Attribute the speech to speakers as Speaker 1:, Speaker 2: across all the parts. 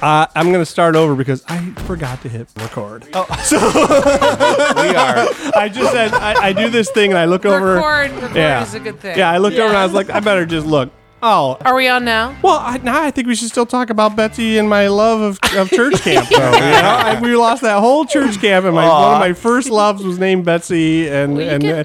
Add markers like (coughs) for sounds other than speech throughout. Speaker 1: Uh, I'm going to start over because I forgot to hit record. Oh,
Speaker 2: We are.
Speaker 1: (laughs) I just said I, I do this thing and I look over.
Speaker 3: Record, record
Speaker 1: Yeah.
Speaker 3: is a good thing.
Speaker 1: Yeah, I looked over and I was like, I better just look. Oh,
Speaker 3: Are we on now?
Speaker 1: well, I, now I think we should still talk about Betsy and my love of, of
Speaker 3: (laughs)
Speaker 1: church camp. Though, you know? I, we lost that whole church camp, and my, one of my first loves was named Betsy, and
Speaker 3: you
Speaker 1: and
Speaker 3: can-
Speaker 1: uh,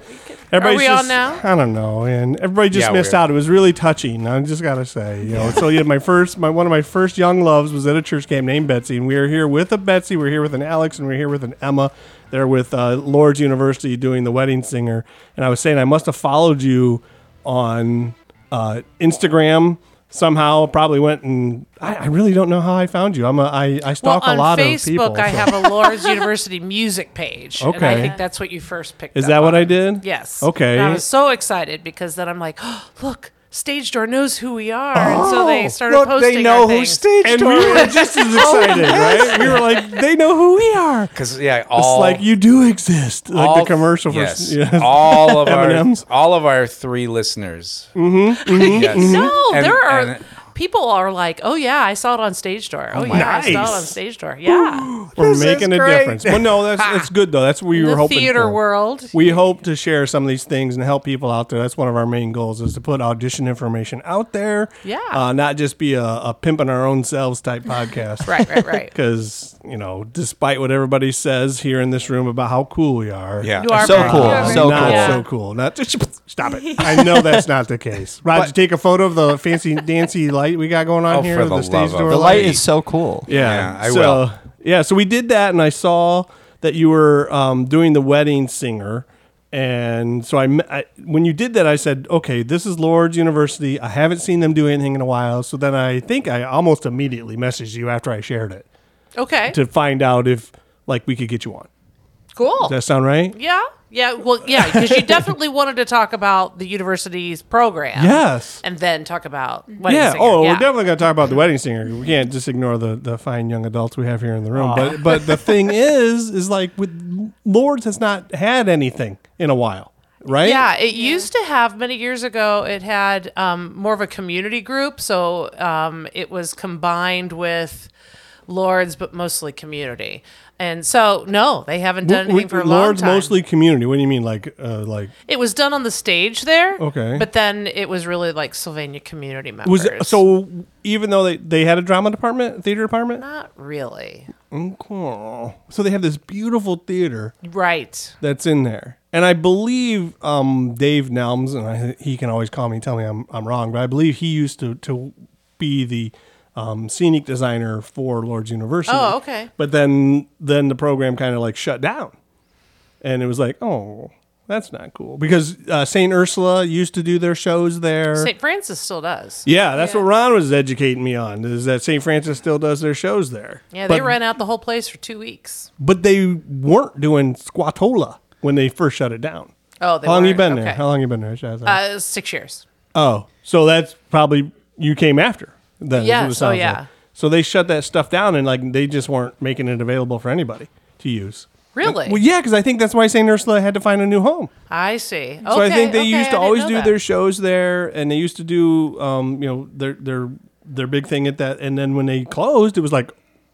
Speaker 1: everybody's
Speaker 3: we
Speaker 1: just,
Speaker 3: on now?
Speaker 1: I don't know, and everybody just
Speaker 2: Yeah,
Speaker 1: missed
Speaker 2: we're-
Speaker 1: out. It was really touching. I just gotta say, you know. so yeah,
Speaker 2: (laughs)
Speaker 1: my first, my one of my first young loves was at a church camp named Betsy, and we are here with a Betsy, we're here with an Alex, and we're here with an Emma. They're with uh, Lord's University doing the wedding singer, and I was saying I must have followed you on uh, Instagram somehow. Probably went and I, I really don't know how I found you. I'm a I, I
Speaker 3: Well,
Speaker 1: stalk
Speaker 3: on
Speaker 1: a lot
Speaker 3: Facebook,
Speaker 1: of people.
Speaker 3: I
Speaker 1: so- (laughs)
Speaker 3: have a Lord's University music page. And I
Speaker 1: Okay.
Speaker 3: think that's what you first picked
Speaker 1: Is
Speaker 3: up
Speaker 1: that what
Speaker 3: on.
Speaker 1: I did?
Speaker 3: Yes.
Speaker 1: Okay.
Speaker 3: And I was so excited because then I'm like, oh, look, Stage Door knows who we are. and so
Speaker 1: Oh,
Speaker 3: they started
Speaker 2: Look,
Speaker 3: posting
Speaker 2: they know
Speaker 3: our
Speaker 2: who
Speaker 3: things.
Speaker 2: staged
Speaker 1: and we
Speaker 2: her.
Speaker 1: were just
Speaker 3: (laughs)
Speaker 1: as
Speaker 3: Oh
Speaker 1: excited, right? We were like, they know who we are. It's
Speaker 2: Because yeah, all
Speaker 1: like you do exist, like
Speaker 2: all-
Speaker 1: the commercial for
Speaker 2: yes,
Speaker 1: (laughs) yeah.
Speaker 2: all of
Speaker 1: M&Ms.
Speaker 2: our all of our three listeners. Mm-hmm. yes.
Speaker 3: No,
Speaker 2: And-
Speaker 3: there are
Speaker 2: and-
Speaker 3: people are like, oh yeah, I saw it on Stage Door. Oh, yeah, I
Speaker 1: Nice.
Speaker 3: saw it on Stage Door.
Speaker 1: (gasps)
Speaker 3: Yeah,
Speaker 1: we're
Speaker 2: is
Speaker 1: making a
Speaker 2: great.
Speaker 1: difference. But no, that's it's good though. That's what we
Speaker 3: the
Speaker 1: were hoping.
Speaker 3: theater
Speaker 1: for.
Speaker 3: world.
Speaker 1: We hope to share some of these things and help people out there. That's one of our main goals is to put audition information out there.
Speaker 3: Yeah.
Speaker 1: Uh, not just be a, a pimping our own selves
Speaker 3: (laughs)
Speaker 1: type podcast.
Speaker 3: right, right, right.
Speaker 1: (laughs) Because, you know, despite what everybody says here in this room about how cool we are.
Speaker 2: Yeah.
Speaker 3: You are
Speaker 2: so
Speaker 3: pretty
Speaker 2: cool.
Speaker 3: good.
Speaker 1: I'm
Speaker 2: So
Speaker 1: not
Speaker 2: cool.
Speaker 3: Yeah.
Speaker 1: so cool. Not (laughs) stop it. I know that's not the case. Roger, take a photo of the fancy dancy light we got going on
Speaker 2: Oh,
Speaker 1: here.
Speaker 2: for
Speaker 1: the,
Speaker 2: the
Speaker 1: stage
Speaker 2: love of-
Speaker 1: door
Speaker 4: The light is so cool.
Speaker 1: Yeah,
Speaker 2: Yeah, I
Speaker 1: so,
Speaker 2: will.
Speaker 1: Yeah, so we did that, and I saw that you were um, doing the wedding singer, and so I, me- I when you did that, I said, okay, this is Lord's University. I haven't seen them do anything in a while, so then I think I almost immediately messaged you after I shared it
Speaker 3: Okay,
Speaker 1: to find out if like we could get you on.
Speaker 3: cool.
Speaker 1: Does that sound right?
Speaker 3: Yeah, yeah. Well, yeah, because you definitely wanted to talk about the university's program.
Speaker 1: Yes.
Speaker 3: and then talk about wedding
Speaker 1: Yeah.
Speaker 3: singer.
Speaker 1: Oh, we're definitely going to talk about the wedding singer. We can't just ignore the, the fine young adults we have here in the room. But but
Speaker 3: (laughs)
Speaker 1: the thing is, is like with Lords has not had anything in a while, right?
Speaker 3: Yeah, it used to have many years ago. It had um, more of a community group, so um, it was combined with Lords, but mostly community. And so, no, they haven't done
Speaker 1: W-
Speaker 3: anything for a
Speaker 1: w-
Speaker 3: long
Speaker 1: Lords
Speaker 3: time.
Speaker 1: mostly community. What do you mean, like uh, like
Speaker 3: it was done on the stage there.
Speaker 1: Okay.
Speaker 3: but then it was really like Sylvania community members.
Speaker 1: was it, so? Even though they they had a drama department, theater department.
Speaker 3: not really
Speaker 1: Okay. So they have this beautiful theater
Speaker 3: right.
Speaker 1: that's in there. And I believe um, Dave Nelms, and I, he can always call me and tell me I'm, I'm wrong, but I believe he used to, to be the um, scenic designer for Lord's University.
Speaker 3: Oh, okay.
Speaker 1: But then then the program kind of like shut down. And it was like, oh, that's not cool. Because uh, St. Ursula used to do their shows there.
Speaker 3: St. Francis still does.
Speaker 1: yeah, that's what Ron was educating me on, is that St. Francis still does their shows there.
Speaker 3: Yeah, they
Speaker 1: But-
Speaker 3: ran out the whole place for two weeks.
Speaker 1: But they weren't doing Squatola when they first shut it down.
Speaker 3: Oh, they
Speaker 1: How long you
Speaker 3: weren't.
Speaker 1: been there?
Speaker 3: Okay.
Speaker 1: How long you been there? Shaz?
Speaker 3: Uh, six years.
Speaker 1: oh, so that's probably you came after. Then is what it
Speaker 3: Yes, oh,
Speaker 1: sounds
Speaker 3: yeah.
Speaker 1: like. So they shut that stuff down and like they just weren't making it available for anybody to use.
Speaker 3: Really?
Speaker 1: Well, yeah, because I think that's why Saint Ursula had to find a new home.
Speaker 3: I see.
Speaker 1: So I
Speaker 3: Okay,
Speaker 1: think they
Speaker 3: okay,
Speaker 1: used
Speaker 3: I
Speaker 1: to
Speaker 3: didn't
Speaker 1: always
Speaker 3: know
Speaker 1: do
Speaker 3: that.
Speaker 1: their shows there, and they used to do um, you know their their their big thing at that. And then when they closed, it was like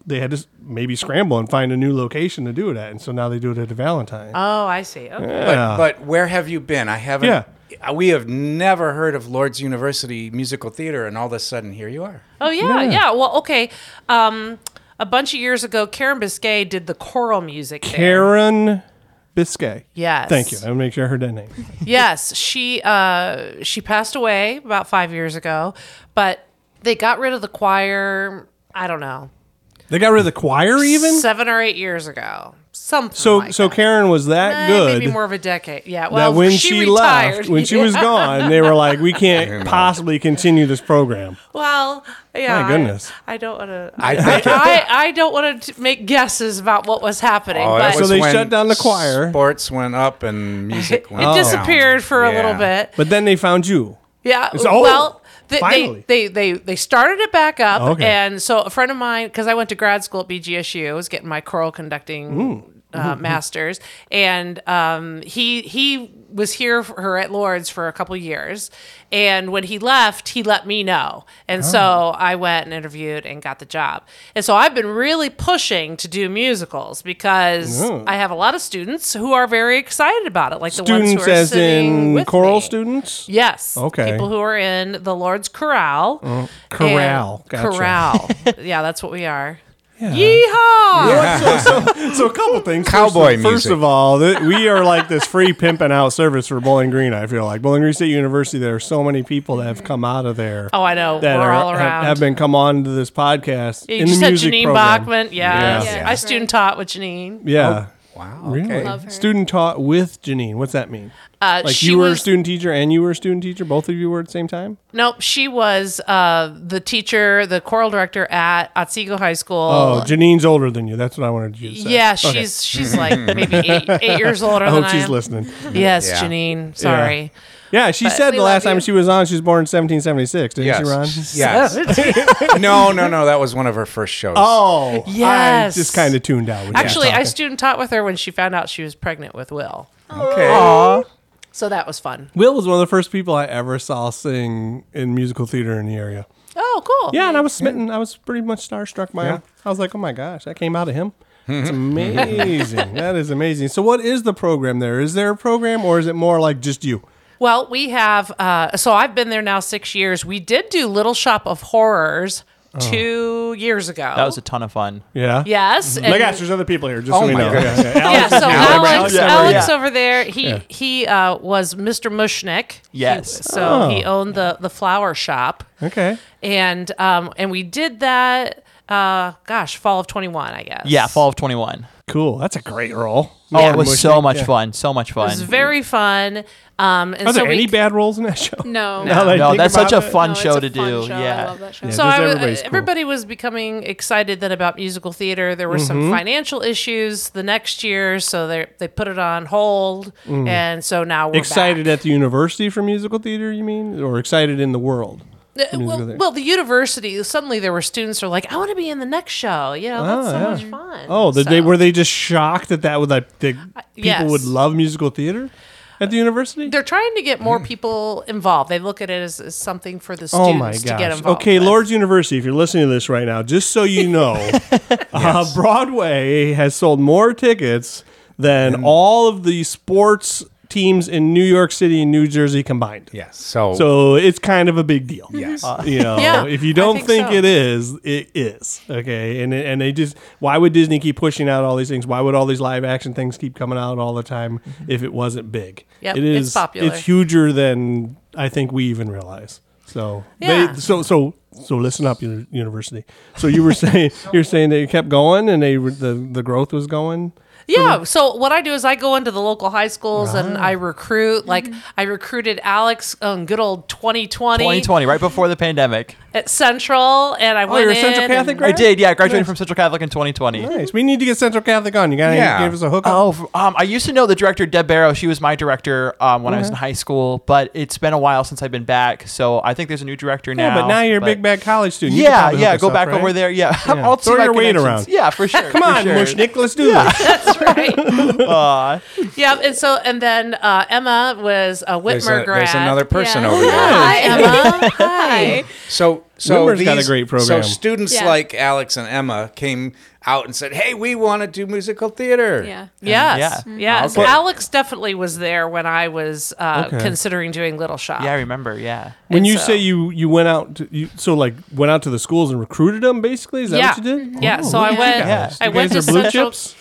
Speaker 1: they had to s- maybe scramble and find a new location to do it at. And so now they do it at a Valentine.
Speaker 3: Oh, I see. Okay.
Speaker 1: yeah.
Speaker 2: But where have you been? I haven't.
Speaker 1: Yeah.
Speaker 2: We have never heard of Lord's University Musical Theater, and all of a sudden here you are.
Speaker 3: Oh yeah, yeah. Well, okay. Um, a bunch of years ago, Karen Biscay did the choral music. there.
Speaker 1: Karen Biscay.
Speaker 3: Yes.
Speaker 1: Thank you. I'll make sure I heard that name.
Speaker 3: yes, she uh, she passed away about five years ago, but they got rid of the choir. I don't know,
Speaker 1: They got rid of the choir even?
Speaker 3: seven or eight years ago, something.
Speaker 1: So
Speaker 3: like
Speaker 1: so
Speaker 3: that.
Speaker 1: Karen was that
Speaker 3: Eh,
Speaker 1: good
Speaker 3: Maybe more of a decade. Yeah.
Speaker 1: that
Speaker 3: Well,
Speaker 1: when
Speaker 3: she,
Speaker 1: she,
Speaker 3: retired.
Speaker 1: left,
Speaker 3: (laughs)
Speaker 1: when she was gone, they were like, we can't possibly continue this program.
Speaker 3: Well, yeah.
Speaker 1: My
Speaker 3: I-
Speaker 1: goodness.
Speaker 3: I, don't want to.
Speaker 2: I
Speaker 3: I,
Speaker 2: think-
Speaker 3: I, I don't want to make guesses about what was happening,
Speaker 2: Oh, that
Speaker 3: but
Speaker 1: So
Speaker 2: was
Speaker 1: they
Speaker 2: when
Speaker 1: shut down the choir.
Speaker 2: Sports went up and music went
Speaker 3: (laughs) it
Speaker 2: down.
Speaker 3: disappeared for a
Speaker 2: Yeah.
Speaker 3: little bit.
Speaker 1: But then they found you.
Speaker 3: Yeah.
Speaker 1: It's- oh,
Speaker 3: well, th-
Speaker 1: finally. Oh,
Speaker 3: They, they they they started it back up,
Speaker 1: Okay.
Speaker 3: and so a friend of mine, because I went to grad school at BGSU, I was
Speaker 1: Mm-hmm.
Speaker 3: getting my choral conducting uh, masters, and um, he he was here for her at Lord's for a couple years, and when he left, he let me know, and
Speaker 1: Oh.
Speaker 3: so I went and interviewed and got the job. And so I've been really pushing to do musicals because
Speaker 1: Oh.
Speaker 3: I have a lot of students who are very excited about it, like the ones
Speaker 1: Students
Speaker 3: who are
Speaker 1: as
Speaker 3: sitting
Speaker 1: in
Speaker 3: with
Speaker 1: choral
Speaker 3: me.
Speaker 1: students?
Speaker 3: Yes.
Speaker 1: Okay. Oh,
Speaker 3: People who are in the Lord's Corral.
Speaker 1: Corral.
Speaker 3: and-
Speaker 1: Gotcha. (laughs)
Speaker 3: Corral. yeah, that's what we are.
Speaker 1: Yeah.
Speaker 3: Yeehaw!
Speaker 1: So a couple things. first,
Speaker 2: Cowboy
Speaker 1: of-
Speaker 2: music.
Speaker 1: First of all, th- we are like this free pimping out service for Bowling Green. I feel like Bowling Green State University. There are so many people that have come out of there.
Speaker 3: Oh, I know.
Speaker 1: that
Speaker 3: We're
Speaker 1: are,
Speaker 3: all
Speaker 1: have-
Speaker 3: around.
Speaker 1: Have, been come on to this podcast
Speaker 3: you
Speaker 1: in
Speaker 3: just
Speaker 1: the
Speaker 3: said
Speaker 1: music
Speaker 3: Janine
Speaker 1: program.
Speaker 3: Bachman. Yes.
Speaker 2: Yeah.
Speaker 3: I student taught with Janine.
Speaker 1: Yeah.
Speaker 2: Wow.
Speaker 1: Really?
Speaker 2: Oh, Okay.
Speaker 4: Love her.
Speaker 1: Student taught with Janine. What's that mean?
Speaker 3: Uh,
Speaker 1: Like
Speaker 3: she
Speaker 1: you were
Speaker 3: was,
Speaker 1: a student teacher and you were a student teacher. Both of you were at the same time.
Speaker 3: Nope. She was uh, the teacher, the choral director at Otsego High School.
Speaker 1: Oh, Janine's older than you. That's what I wanted you to say.
Speaker 3: yeah,
Speaker 1: Okay.
Speaker 3: she's
Speaker 1: (laughs)
Speaker 3: she's like maybe eight, eight years older
Speaker 1: I
Speaker 3: than
Speaker 1: hope
Speaker 3: I
Speaker 1: she's
Speaker 3: am.
Speaker 1: listening.
Speaker 3: Yes,
Speaker 2: Yeah.
Speaker 3: Janine. Sorry.
Speaker 1: Yeah, she said
Speaker 4: We
Speaker 1: the last
Speaker 4: love
Speaker 1: time
Speaker 4: you.
Speaker 1: she was on, she was born in 1776, didn't she, Ron?
Speaker 2: Yes.
Speaker 3: (laughs)
Speaker 2: yes. no, no, no. That was one of her first shows.
Speaker 1: Oh,
Speaker 3: Yes.
Speaker 1: I just kind of tuned out. When you were
Speaker 3: Actually, I
Speaker 1: talking.
Speaker 3: student taught with her when she found out she was pregnant with Will.
Speaker 2: okay.
Speaker 1: oh,
Speaker 3: So that was fun.
Speaker 1: Will was one of the first people I ever saw sing in musical theater in the area.
Speaker 3: Oh, cool.
Speaker 1: Yeah, and I was smitten. I was pretty much starstruck by
Speaker 2: Yeah.
Speaker 1: him. I was like, oh my gosh, that came out of him. (laughs) It's amazing. that is amazing. So, what is the program there? Is there a program, or is it more like just you?
Speaker 3: Well, we have. Uh, so I've been there now six years. We did do Little Shop of Horrors two years ago.
Speaker 5: Oh. That was a Mhm. ton of fun.
Speaker 1: Yeah.
Speaker 3: yes.
Speaker 1: My
Speaker 3: and-
Speaker 1: gosh, there's other people here. Just
Speaker 2: Oh
Speaker 1: so we
Speaker 2: my
Speaker 1: know.
Speaker 2: goodness.
Speaker 1: Yeah, yeah.
Speaker 3: yeah, so
Speaker 1: Alex-
Speaker 3: Alex,
Speaker 1: Alex
Speaker 3: Alex,
Speaker 1: over
Speaker 5: here.
Speaker 3: over there, he he uh, was Mr. Mushnick.
Speaker 5: Yes. Oh.
Speaker 3: He- so he owned the the flower shop,
Speaker 1: Okay.
Speaker 3: and um and we did that. Uh, gosh, fall of twenty one, I guess.
Speaker 5: Yeah, fall of 21.
Speaker 1: Cool. That's a great role.
Speaker 5: Oh, it was so much
Speaker 1: Yeah.
Speaker 5: fun. So much
Speaker 3: It
Speaker 5: fun.
Speaker 3: was very fun. Um, and
Speaker 1: Are there
Speaker 3: so
Speaker 1: any
Speaker 3: we,
Speaker 1: bad roles in that show?
Speaker 4: No.
Speaker 1: Now that I
Speaker 5: no,
Speaker 1: think
Speaker 5: that's such a
Speaker 1: about it-
Speaker 5: fun
Speaker 4: No, it's
Speaker 5: show
Speaker 4: a
Speaker 5: to
Speaker 4: fun
Speaker 5: do.
Speaker 4: show.
Speaker 5: Yeah.
Speaker 4: I love that show.
Speaker 1: Yeah.
Speaker 3: so
Speaker 1: just
Speaker 3: I, was-
Speaker 1: everybody's cool.
Speaker 3: everybody was becoming excited then about musical theater. There were
Speaker 1: Mm-hmm.
Speaker 3: some financial issues the next year, so they they put it on hold, and so now we're
Speaker 1: Mm. Excited
Speaker 3: back.
Speaker 1: at the university for musical theater, you mean, or excited in the world?
Speaker 3: Uh,
Speaker 1: musical
Speaker 3: well,
Speaker 1: theater.
Speaker 3: well, the university suddenly there were students who were like, I want to be in the next show. You know, that's so
Speaker 1: yeah.
Speaker 3: much fun.
Speaker 1: Oh, did they
Speaker 3: So- Uh,
Speaker 1: were they just shocked that that would like the people
Speaker 3: yes.
Speaker 1: would love musical theater at the university?
Speaker 3: They're trying to get more people involved. They look at it as, as something for the students
Speaker 1: Mm. Oh my
Speaker 3: to get
Speaker 1: gosh!
Speaker 3: involved.
Speaker 1: Okay,
Speaker 3: with.
Speaker 1: Lord's University, if you're listening to this right now, just so you (laughs) know, uh, Broadway has sold more tickets than all of the sports teams in New York City and New Jersey combined.
Speaker 2: Yes. So,
Speaker 1: So it's kind of a big deal.
Speaker 2: Yes.
Speaker 5: Uh,
Speaker 1: (laughs) You know,
Speaker 3: Yeah,
Speaker 1: if you
Speaker 3: I
Speaker 1: don't
Speaker 3: think
Speaker 1: think,
Speaker 3: so.
Speaker 1: it is, it is. Okay. And and they just why would Disney keep pushing out all these things? Why would all these live action things keep coming out all the time if it wasn't big?
Speaker 3: Mm-hmm. Yep,
Speaker 1: it is
Speaker 3: it's popular.
Speaker 1: It's huger than I think we even realize. So
Speaker 3: Yeah.
Speaker 1: they so so so listen up uni- university. So you were (laughs) saying you're saying they kept going and they were- the the growth was going.
Speaker 3: Yeah. So what I do is I go into the local high schools and
Speaker 1: Ah.
Speaker 3: I recruit. Like I recruited Alex on good old 2020,
Speaker 5: 2020, right before the pandemic.
Speaker 3: at Central, and I
Speaker 1: Oh,
Speaker 3: went
Speaker 1: you're a Central
Speaker 3: in
Speaker 1: Catholic
Speaker 3: and-
Speaker 1: grad?
Speaker 5: I did. Yeah, I graduated
Speaker 1: Nice.
Speaker 5: from Central Catholic in 2020.
Speaker 1: Nice. We need to get Central Catholic on. You gotta
Speaker 2: Yeah.
Speaker 1: give us a hook up.
Speaker 5: Oh, f- um, I used to know the director Deb Barrow. She was my director um, when I was in high school, but it's been a while since I've been back. So I think there's a new director now.
Speaker 1: yeah, but now you're a big bad college student. You could
Speaker 5: Yeah,
Speaker 1: probably hook
Speaker 5: yeah.
Speaker 1: us
Speaker 5: Go
Speaker 1: up,
Speaker 5: back
Speaker 1: right?
Speaker 5: over there. Yeah, (laughs) I'll see
Speaker 1: Throw
Speaker 5: my
Speaker 1: your weight around.
Speaker 5: connections. Yeah, for sure.
Speaker 1: Come
Speaker 5: (laughs) for
Speaker 1: on,
Speaker 5: sure.
Speaker 1: Mushnick, let's do this.
Speaker 3: That's
Speaker 1: (laughs)
Speaker 3: right.
Speaker 5: Aw.
Speaker 3: yeah. And so and then uh, Emma was a
Speaker 2: there's,
Speaker 3: Whitmer
Speaker 2: a-
Speaker 3: grad.
Speaker 2: there's another person
Speaker 4: Yeah. (laughs)
Speaker 2: over there.
Speaker 3: Hi
Speaker 1: (laughs)
Speaker 3: Emma. Hi.
Speaker 2: So, so
Speaker 1: Whitmer's
Speaker 2: these,
Speaker 1: got a great program.
Speaker 2: So students
Speaker 4: Yeah.
Speaker 2: like Alex and Emma came out and said, "Hey, we want to do musical theater."
Speaker 4: Yeah.
Speaker 3: Yes.
Speaker 5: Yeah.
Speaker 3: Yes.
Speaker 2: Oh, Okay.
Speaker 3: Alex definitely was there when I was uh,
Speaker 1: Okay.
Speaker 3: considering doing Little Shop.
Speaker 5: yeah, I remember. Yeah.
Speaker 1: when
Speaker 3: And
Speaker 1: you
Speaker 3: so-
Speaker 1: say you you went out, to, you so like went out to the schools and recruited them. Basically, is that what you
Speaker 3: Yeah. Mm-hmm.
Speaker 1: did?
Speaker 3: Yeah,
Speaker 1: Oh,
Speaker 3: so I
Speaker 1: look at
Speaker 3: went-
Speaker 1: you guys.
Speaker 3: I
Speaker 1: You
Speaker 3: went
Speaker 1: guys
Speaker 3: to
Speaker 1: are blue
Speaker 3: Central-
Speaker 1: chips.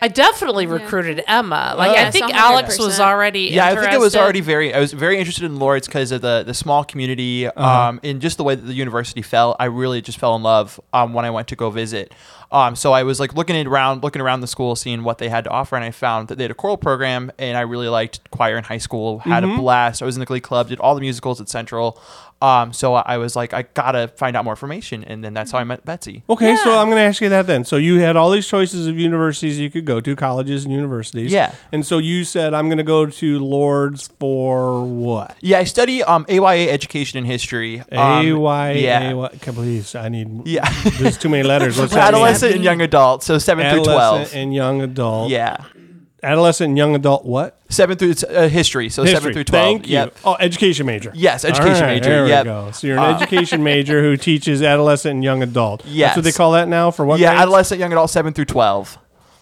Speaker 3: I definitely recruited Emma. Like I
Speaker 4: Yeah,
Speaker 3: think
Speaker 4: so
Speaker 3: Alex was
Speaker 4: 100%.
Speaker 3: already.
Speaker 5: Yeah, I think it was
Speaker 3: interested.
Speaker 5: already very. I was very interested in Lawrence because of the the small community,
Speaker 1: Uh-huh.
Speaker 5: um, and just the way that the university fell. I really just fell in love um, when I went to go visit. Um, so I was like looking at around, looking around the school, seeing what they had to offer, and I found that they had a choral program, and I really liked choir in high school. Had
Speaker 1: Mm-hmm.
Speaker 5: a blast. I was in the glee club, did all the musicals at Central. Um, so I I was like, I gotta find out more information, and then that's how I met Betsy.
Speaker 1: Okay, so I'm going to ask you that then. So you had all these choices of universities you could go to, colleges and universities.
Speaker 5: Yeah.
Speaker 1: And so you said I'm going to go to Lords for what?
Speaker 5: Yeah, I study um, AYA education and history. Um,
Speaker 1: A Y
Speaker 5: yeah.
Speaker 1: A Y. can- Please, I
Speaker 3: (laughs)
Speaker 1: need.
Speaker 5: Yeah.
Speaker 1: There's too many letters. What's that mean?
Speaker 5: Adolescent and young adult, so seven through twelve.
Speaker 1: Adolescent and young adult.
Speaker 5: Yeah.
Speaker 1: adolescent and young adult what?
Speaker 5: Seven through uh, history, so seven through twelve.
Speaker 1: Thank you.
Speaker 5: Yep.
Speaker 1: Oh, education major.
Speaker 5: Yes, education
Speaker 1: All right,
Speaker 5: major,
Speaker 1: There we
Speaker 5: yep. Uh,
Speaker 1: go. So you're an
Speaker 5: (laughs)
Speaker 1: education major who teaches adolescent and young adult. That's
Speaker 5: Yes.
Speaker 1: what they call that now for what?
Speaker 5: Yeah,
Speaker 1: grades?
Speaker 5: adolescent, young adult, seven through twelve.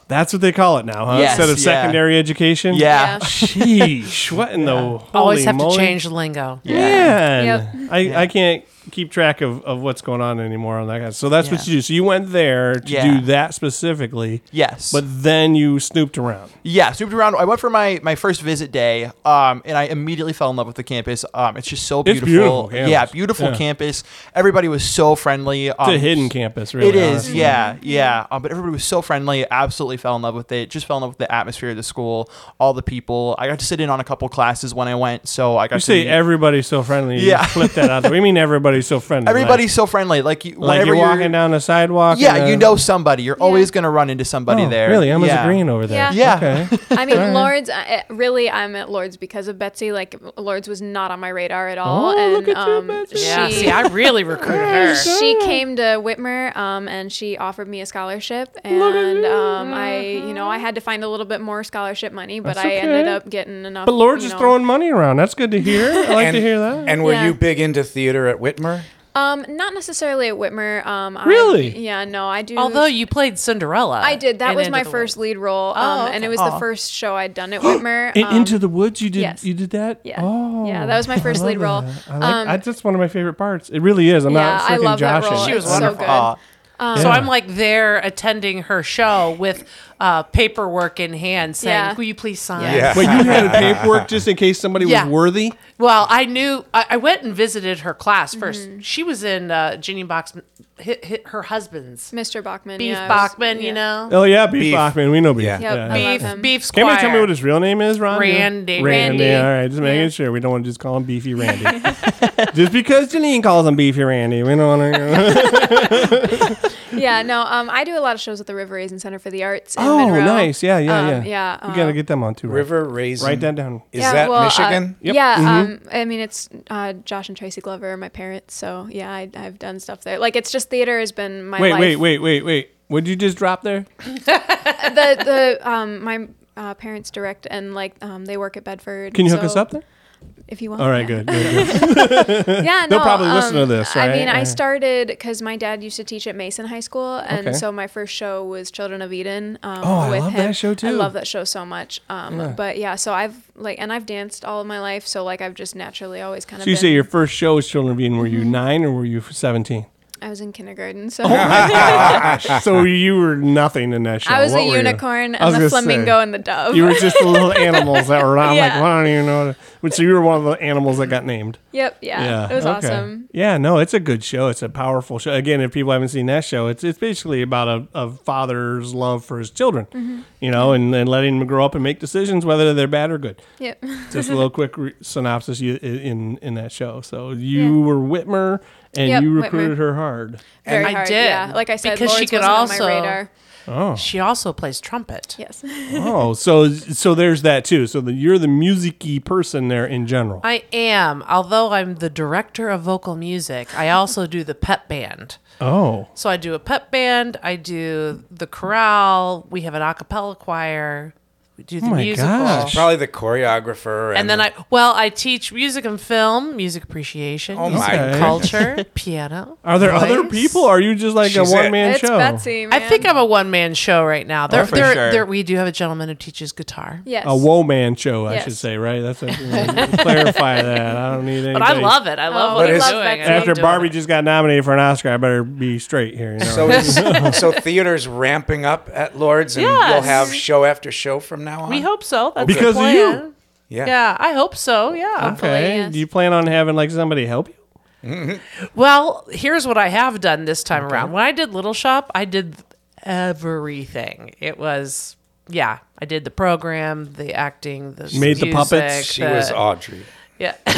Speaker 1: That's what they call it now, huh?
Speaker 5: Yes,
Speaker 1: Instead of
Speaker 5: yeah.
Speaker 1: secondary education.
Speaker 5: Yeah.
Speaker 1: Sheesh. What in
Speaker 5: (laughs)
Speaker 1: the holy
Speaker 3: Always have
Speaker 1: moly?
Speaker 3: to change lingo.
Speaker 5: Yeah.
Speaker 1: Man,
Speaker 4: Yep.
Speaker 1: I, I can't keep track of, of what's going on anymore on that guy. So that's what
Speaker 5: Yeah.
Speaker 1: you do. So you went there to
Speaker 5: Yeah.
Speaker 1: do that specifically,
Speaker 5: Yes.
Speaker 1: but then you snooped around.
Speaker 5: Yeah, swooped around. I went for my my first visit day, um, and I immediately fell in love with the campus. Um, it's just so
Speaker 1: It's
Speaker 5: beautiful.
Speaker 1: beautiful campus.
Speaker 5: Yeah, beautiful
Speaker 1: Yeah.
Speaker 5: campus. Everybody was so friendly.
Speaker 1: It's
Speaker 5: Um,
Speaker 1: a hidden campus, really.
Speaker 5: It is,
Speaker 1: honestly.
Speaker 5: yeah, yeah. Um, but everybody was so friendly. Absolutely fell in love with it. Just fell in love with the atmosphere of the school, all the people. I got to sit in on a couple classes when I went, so I got
Speaker 1: You
Speaker 5: to
Speaker 1: say
Speaker 5: meet-
Speaker 1: everybody's so friendly. You
Speaker 5: Yeah.
Speaker 1: Flip that out there. We mean everybody's so friendly.
Speaker 5: everybody's so friendly. Like, you,
Speaker 1: like, like
Speaker 5: whenever
Speaker 1: you're walking down the sidewalk.
Speaker 5: yeah,
Speaker 1: and,
Speaker 5: you
Speaker 1: uh,
Speaker 5: know somebody. You're always gonna run into somebody
Speaker 1: oh,
Speaker 5: there.
Speaker 1: Really, Emma's
Speaker 5: yeah.
Speaker 1: agreeing over there.
Speaker 5: Yeah.
Speaker 4: (laughs)
Speaker 1: Okay.
Speaker 4: I mean, Lords. I, really, I'm at Lords because of Betsy. Like, Lords was not on my radar at all.
Speaker 1: Oh,
Speaker 4: and
Speaker 1: look at you,
Speaker 4: um,
Speaker 1: Betsy.
Speaker 4: she
Speaker 3: Yeah. See, I really recruited her.
Speaker 4: she came to Whitmer um, and she offered me a scholarship, and um, I, you know, I had to find a little bit more scholarship money, but
Speaker 1: Uh-huh. That's
Speaker 4: I ended
Speaker 1: okay.
Speaker 4: up getting enough.
Speaker 1: But Lord's
Speaker 4: you
Speaker 1: just
Speaker 4: know.
Speaker 1: throwing money around. That's good to hear. I like
Speaker 2: and,
Speaker 1: to hear that.
Speaker 2: And were
Speaker 4: Yeah.
Speaker 2: you big into theater at Whitmer?
Speaker 4: Um, not necessarily at Whitmer. Um, I-
Speaker 1: Really?
Speaker 4: yeah, no, I do.
Speaker 3: Although you played Cinderella.
Speaker 4: I did. That
Speaker 3: in
Speaker 4: was
Speaker 3: Into
Speaker 4: my
Speaker 3: the
Speaker 4: first
Speaker 3: Woods.
Speaker 4: lead role, um,
Speaker 3: Oh,
Speaker 4: and
Speaker 3: okay.
Speaker 4: it was the first show I'd done at Whitmer.
Speaker 1: In-
Speaker 4: um,
Speaker 1: Into the Woods, you did
Speaker 4: yes.
Speaker 1: you did that?
Speaker 4: Yeah.
Speaker 1: Oh,
Speaker 4: Yeah, that was my
Speaker 1: I
Speaker 4: first
Speaker 1: love
Speaker 4: lead role.
Speaker 1: that. I like,
Speaker 4: Um,
Speaker 1: I- that's one of my favorite parts. It really is. I'm
Speaker 4: Yeah,
Speaker 1: not
Speaker 4: I
Speaker 1: freaking
Speaker 4: love that
Speaker 1: joshing.
Speaker 4: role.
Speaker 3: She
Speaker 1: (laughs)
Speaker 3: was
Speaker 4: It's so
Speaker 3: wonderful.
Speaker 4: good.
Speaker 1: Ah.
Speaker 5: Aw.
Speaker 1: Yeah.
Speaker 3: So I'm like there attending her show with uh, paperwork in hand saying,
Speaker 4: Yeah.
Speaker 3: Will you please sign?
Speaker 1: Wait, you (laughs) had paperwork just in case somebody
Speaker 3: Yeah.
Speaker 1: was worthy.
Speaker 3: Well, I knew I, I went and visited her
Speaker 4: Mm-hmm.
Speaker 3: class 1st She was in uh, Ginny Box, hit, hit her husband's
Speaker 4: Mr. Bachman.
Speaker 3: Beef
Speaker 4: yeah, it was-
Speaker 3: Bachman,
Speaker 4: yeah. Um,
Speaker 3: you know,
Speaker 1: Oh yeah, Beef,
Speaker 2: Beef.
Speaker 1: Bachman. We know Beef.
Speaker 2: Yeah.
Speaker 4: Yep, I love
Speaker 3: Beef
Speaker 4: him.
Speaker 3: Beef Squire.
Speaker 1: Oh. Can we tell me what his real name is, Ron? Randy.
Speaker 3: Randy.
Speaker 4: Randy.
Speaker 1: All right, just making
Speaker 4: Yeah.
Speaker 1: sure we don't want to just call him Beefy
Speaker 4: (laughs)
Speaker 1: Randy. just because Janine calls him Beefy Randy, we don't want
Speaker 4: (laughs)
Speaker 1: to.
Speaker 4: Yeah, no, um, I do a lot of shows at the River Raisin Center for the Arts. In
Speaker 1: oh,
Speaker 4: Monroe.
Speaker 1: nice. Yeah, yeah,
Speaker 4: Um,
Speaker 1: yeah.
Speaker 4: yeah,
Speaker 1: we gotta
Speaker 4: uh,
Speaker 1: get them on too. Ron.
Speaker 2: River Raisin.
Speaker 1: Write that Mm-hmm. down.
Speaker 2: Is
Speaker 4: yeah,
Speaker 2: that
Speaker 4: well, uh,
Speaker 2: Michigan?
Speaker 4: Yeah, um, I mean it's uh, Josh and Tracy Glover are my parents, so yeah, I, I've done stuff there. Like it's just theater has been my
Speaker 1: Wait,
Speaker 4: life.
Speaker 1: wait, wait, wait, wait. What'd you just drop there?
Speaker 4: The the um, my uh, parents direct and like um, they work at Bedford.
Speaker 1: Can you hook
Speaker 4: so
Speaker 1: us up there?
Speaker 4: if you want?
Speaker 1: All right,
Speaker 4: yeah.
Speaker 1: good. good,
Speaker 4: (laughs)
Speaker 1: good.
Speaker 4: yeah,
Speaker 1: They'll
Speaker 4: no,
Speaker 1: probably listen
Speaker 4: um,
Speaker 1: to this,
Speaker 4: I mean,
Speaker 1: right?
Speaker 4: I
Speaker 1: Uh.
Speaker 4: started because my dad used to teach at Mason High School, and
Speaker 1: Okay.
Speaker 4: so my first show was Children of Eden. Um,
Speaker 1: Oh, I
Speaker 4: with
Speaker 1: love
Speaker 4: him.
Speaker 1: that show,
Speaker 4: I
Speaker 1: too.
Speaker 4: love that show so much. Um, but yeah, so I've like, and I've danced all of my life, so like, I've just naturally always kind of.
Speaker 1: So you
Speaker 4: been,
Speaker 1: say your first show was Children of Eden. Were
Speaker 4: Mm-hmm.
Speaker 1: you nine or were you
Speaker 2: (laughs)
Speaker 1: seventeen?
Speaker 4: I was in kindergarten,
Speaker 1: Oh
Speaker 4: so (laughs)
Speaker 1: so you were nothing in that show.
Speaker 4: I was
Speaker 1: What
Speaker 4: a
Speaker 1: were you?
Speaker 4: unicorn
Speaker 1: I was
Speaker 4: and the
Speaker 1: gonna say,
Speaker 4: flamingo and the dove.
Speaker 1: You were just the little animals that were around. Like,
Speaker 4: Yeah.
Speaker 1: well, I don't even know. What to, so you were one of the animals that got named.
Speaker 4: (laughs) yep, yeah, it was awesome.
Speaker 1: Yeah, no, it's a good show. It's a powerful show. Again, if people haven't seen that show, it's it's basically about a, a father's love for his children,
Speaker 4: Mm-hmm.
Speaker 1: you know, and, and letting them grow up and make decisions whether they're bad or good.
Speaker 4: Yep. (laughs)
Speaker 1: Just a little quick re- synopsis you, in in that show. So you were Whitmer, and
Speaker 4: Yep,
Speaker 1: you
Speaker 4: Whitmer.
Speaker 1: recruited her hard.
Speaker 4: Very
Speaker 3: I
Speaker 4: hard.
Speaker 3: did,
Speaker 4: Yeah. Like I said,
Speaker 3: because she
Speaker 4: Lords
Speaker 3: could
Speaker 4: wasn't
Speaker 3: also-
Speaker 4: on my radar. (laughs)
Speaker 1: Oh,
Speaker 3: She also plays trumpet.
Speaker 4: Yes.
Speaker 1: oh, so so there's that too. So the, you're the musicy person there in general.
Speaker 3: I am, although I'm the director of vocal music, I also do the pep band.
Speaker 1: oh,
Speaker 3: So I do a pep band, I do the chorale, we have an a cappella choir, we do the
Speaker 1: Oh my
Speaker 3: musical.
Speaker 1: gosh.
Speaker 2: Probably the choreographer. And,
Speaker 3: And then I well, I teach music and film, music appreciation,
Speaker 2: Oh
Speaker 3: music
Speaker 2: my
Speaker 3: and
Speaker 1: Okay. (laughs)
Speaker 3: culture, piano.
Speaker 1: are there other
Speaker 3: voice.
Speaker 1: people? Or are you just like
Speaker 2: She's
Speaker 1: a
Speaker 2: it.
Speaker 1: one man
Speaker 4: it's
Speaker 1: show?
Speaker 4: Betsy. Man.
Speaker 3: I think I'm a one man show right now.
Speaker 1: Oh,
Speaker 3: There,
Speaker 5: for
Speaker 3: there,
Speaker 5: sure.
Speaker 3: there, we do have a gentleman who teaches guitar.
Speaker 4: yes.
Speaker 1: A woe man show, I should
Speaker 4: Yes.
Speaker 1: say, right?
Speaker 3: (laughs)
Speaker 1: That's a, clarify that. I don't need anybody.
Speaker 3: But I love it. I love
Speaker 4: Oh,
Speaker 3: what
Speaker 4: we
Speaker 3: I'm
Speaker 2: love
Speaker 3: doing.
Speaker 4: Betsy.
Speaker 3: I love
Speaker 1: After
Speaker 3: doing
Speaker 1: Barbie
Speaker 3: it.
Speaker 1: just got nominated for an Oscar, I better be straight here. You know?
Speaker 2: (laughs) so is,
Speaker 1: (laughs)
Speaker 2: so theater's ramping up at Lords, and you'll
Speaker 3: Yes.
Speaker 2: have show after show from now on.
Speaker 3: we hope so. That's
Speaker 1: Because
Speaker 3: the
Speaker 1: of
Speaker 3: plan.
Speaker 1: you.
Speaker 2: Yeah.
Speaker 3: Yeah, I hope so. Yeah.
Speaker 1: okay.
Speaker 4: yes.
Speaker 1: Do you plan on having like somebody help you?
Speaker 3: Well, here's what I have done this time around. When I did Little Shop, I did everything. It was yeah, I did the program, the acting, the
Speaker 1: made the
Speaker 3: music,
Speaker 1: puppets.
Speaker 2: She
Speaker 3: the-
Speaker 2: was Audrey.
Speaker 3: yeah. (laughs) but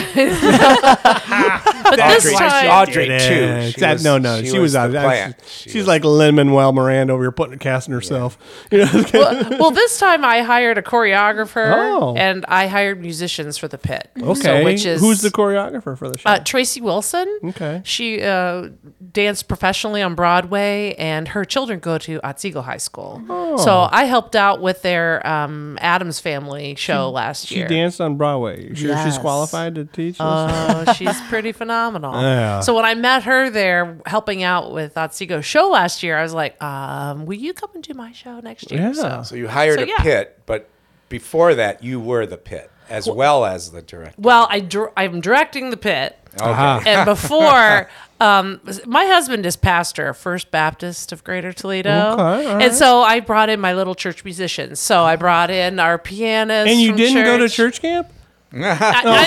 Speaker 3: this
Speaker 2: Audrey.
Speaker 3: time,
Speaker 2: Audrey
Speaker 1: Yeah,
Speaker 2: too.
Speaker 1: it's- no, no. She, was, out.
Speaker 2: the
Speaker 1: I-
Speaker 2: plant.
Speaker 1: She's,
Speaker 2: She
Speaker 1: she's
Speaker 2: was-
Speaker 1: like Lin Manuel Miranda over here putting casting herself. (laughs) You know,
Speaker 3: well, well, this time I hired a choreographer
Speaker 1: Oh.
Speaker 3: and I hired musicians for the pit. So,
Speaker 1: okay.
Speaker 3: which is
Speaker 1: Who's the choreographer for the show?
Speaker 3: uh, Tracy Wilson.
Speaker 1: Okay.
Speaker 3: She uh, danced professionally on Broadway, and her children go to Otsego High School.
Speaker 1: Oh.
Speaker 3: So I helped out with their um, Adams Family show last
Speaker 1: She
Speaker 3: year.
Speaker 1: danced on Broadway. You sure she's
Speaker 3: Yes.
Speaker 1: qualified to teach?
Speaker 3: Oh,
Speaker 1: (laughs)
Speaker 3: she's pretty phenomenal.
Speaker 1: Yeah.
Speaker 3: So when I met her there helping out with Otsego show last year, I was like, um, will you come and do my show next year?
Speaker 1: yeah.
Speaker 3: So,
Speaker 2: So you hired
Speaker 3: So,
Speaker 2: a
Speaker 3: yeah.
Speaker 2: pit, but before that, you were the pit as well as the director.
Speaker 3: well, I dir- I'm directing the pit.
Speaker 2: Okay.
Speaker 1: Uh-huh.
Speaker 3: and before um, my husband is pastor first baptist of greater toledo
Speaker 1: Okay, all right.
Speaker 3: and so i brought in my little church musicians so i brought in our pianist
Speaker 1: and you
Speaker 3: from
Speaker 1: didn't go to church camp?
Speaker 3: I, I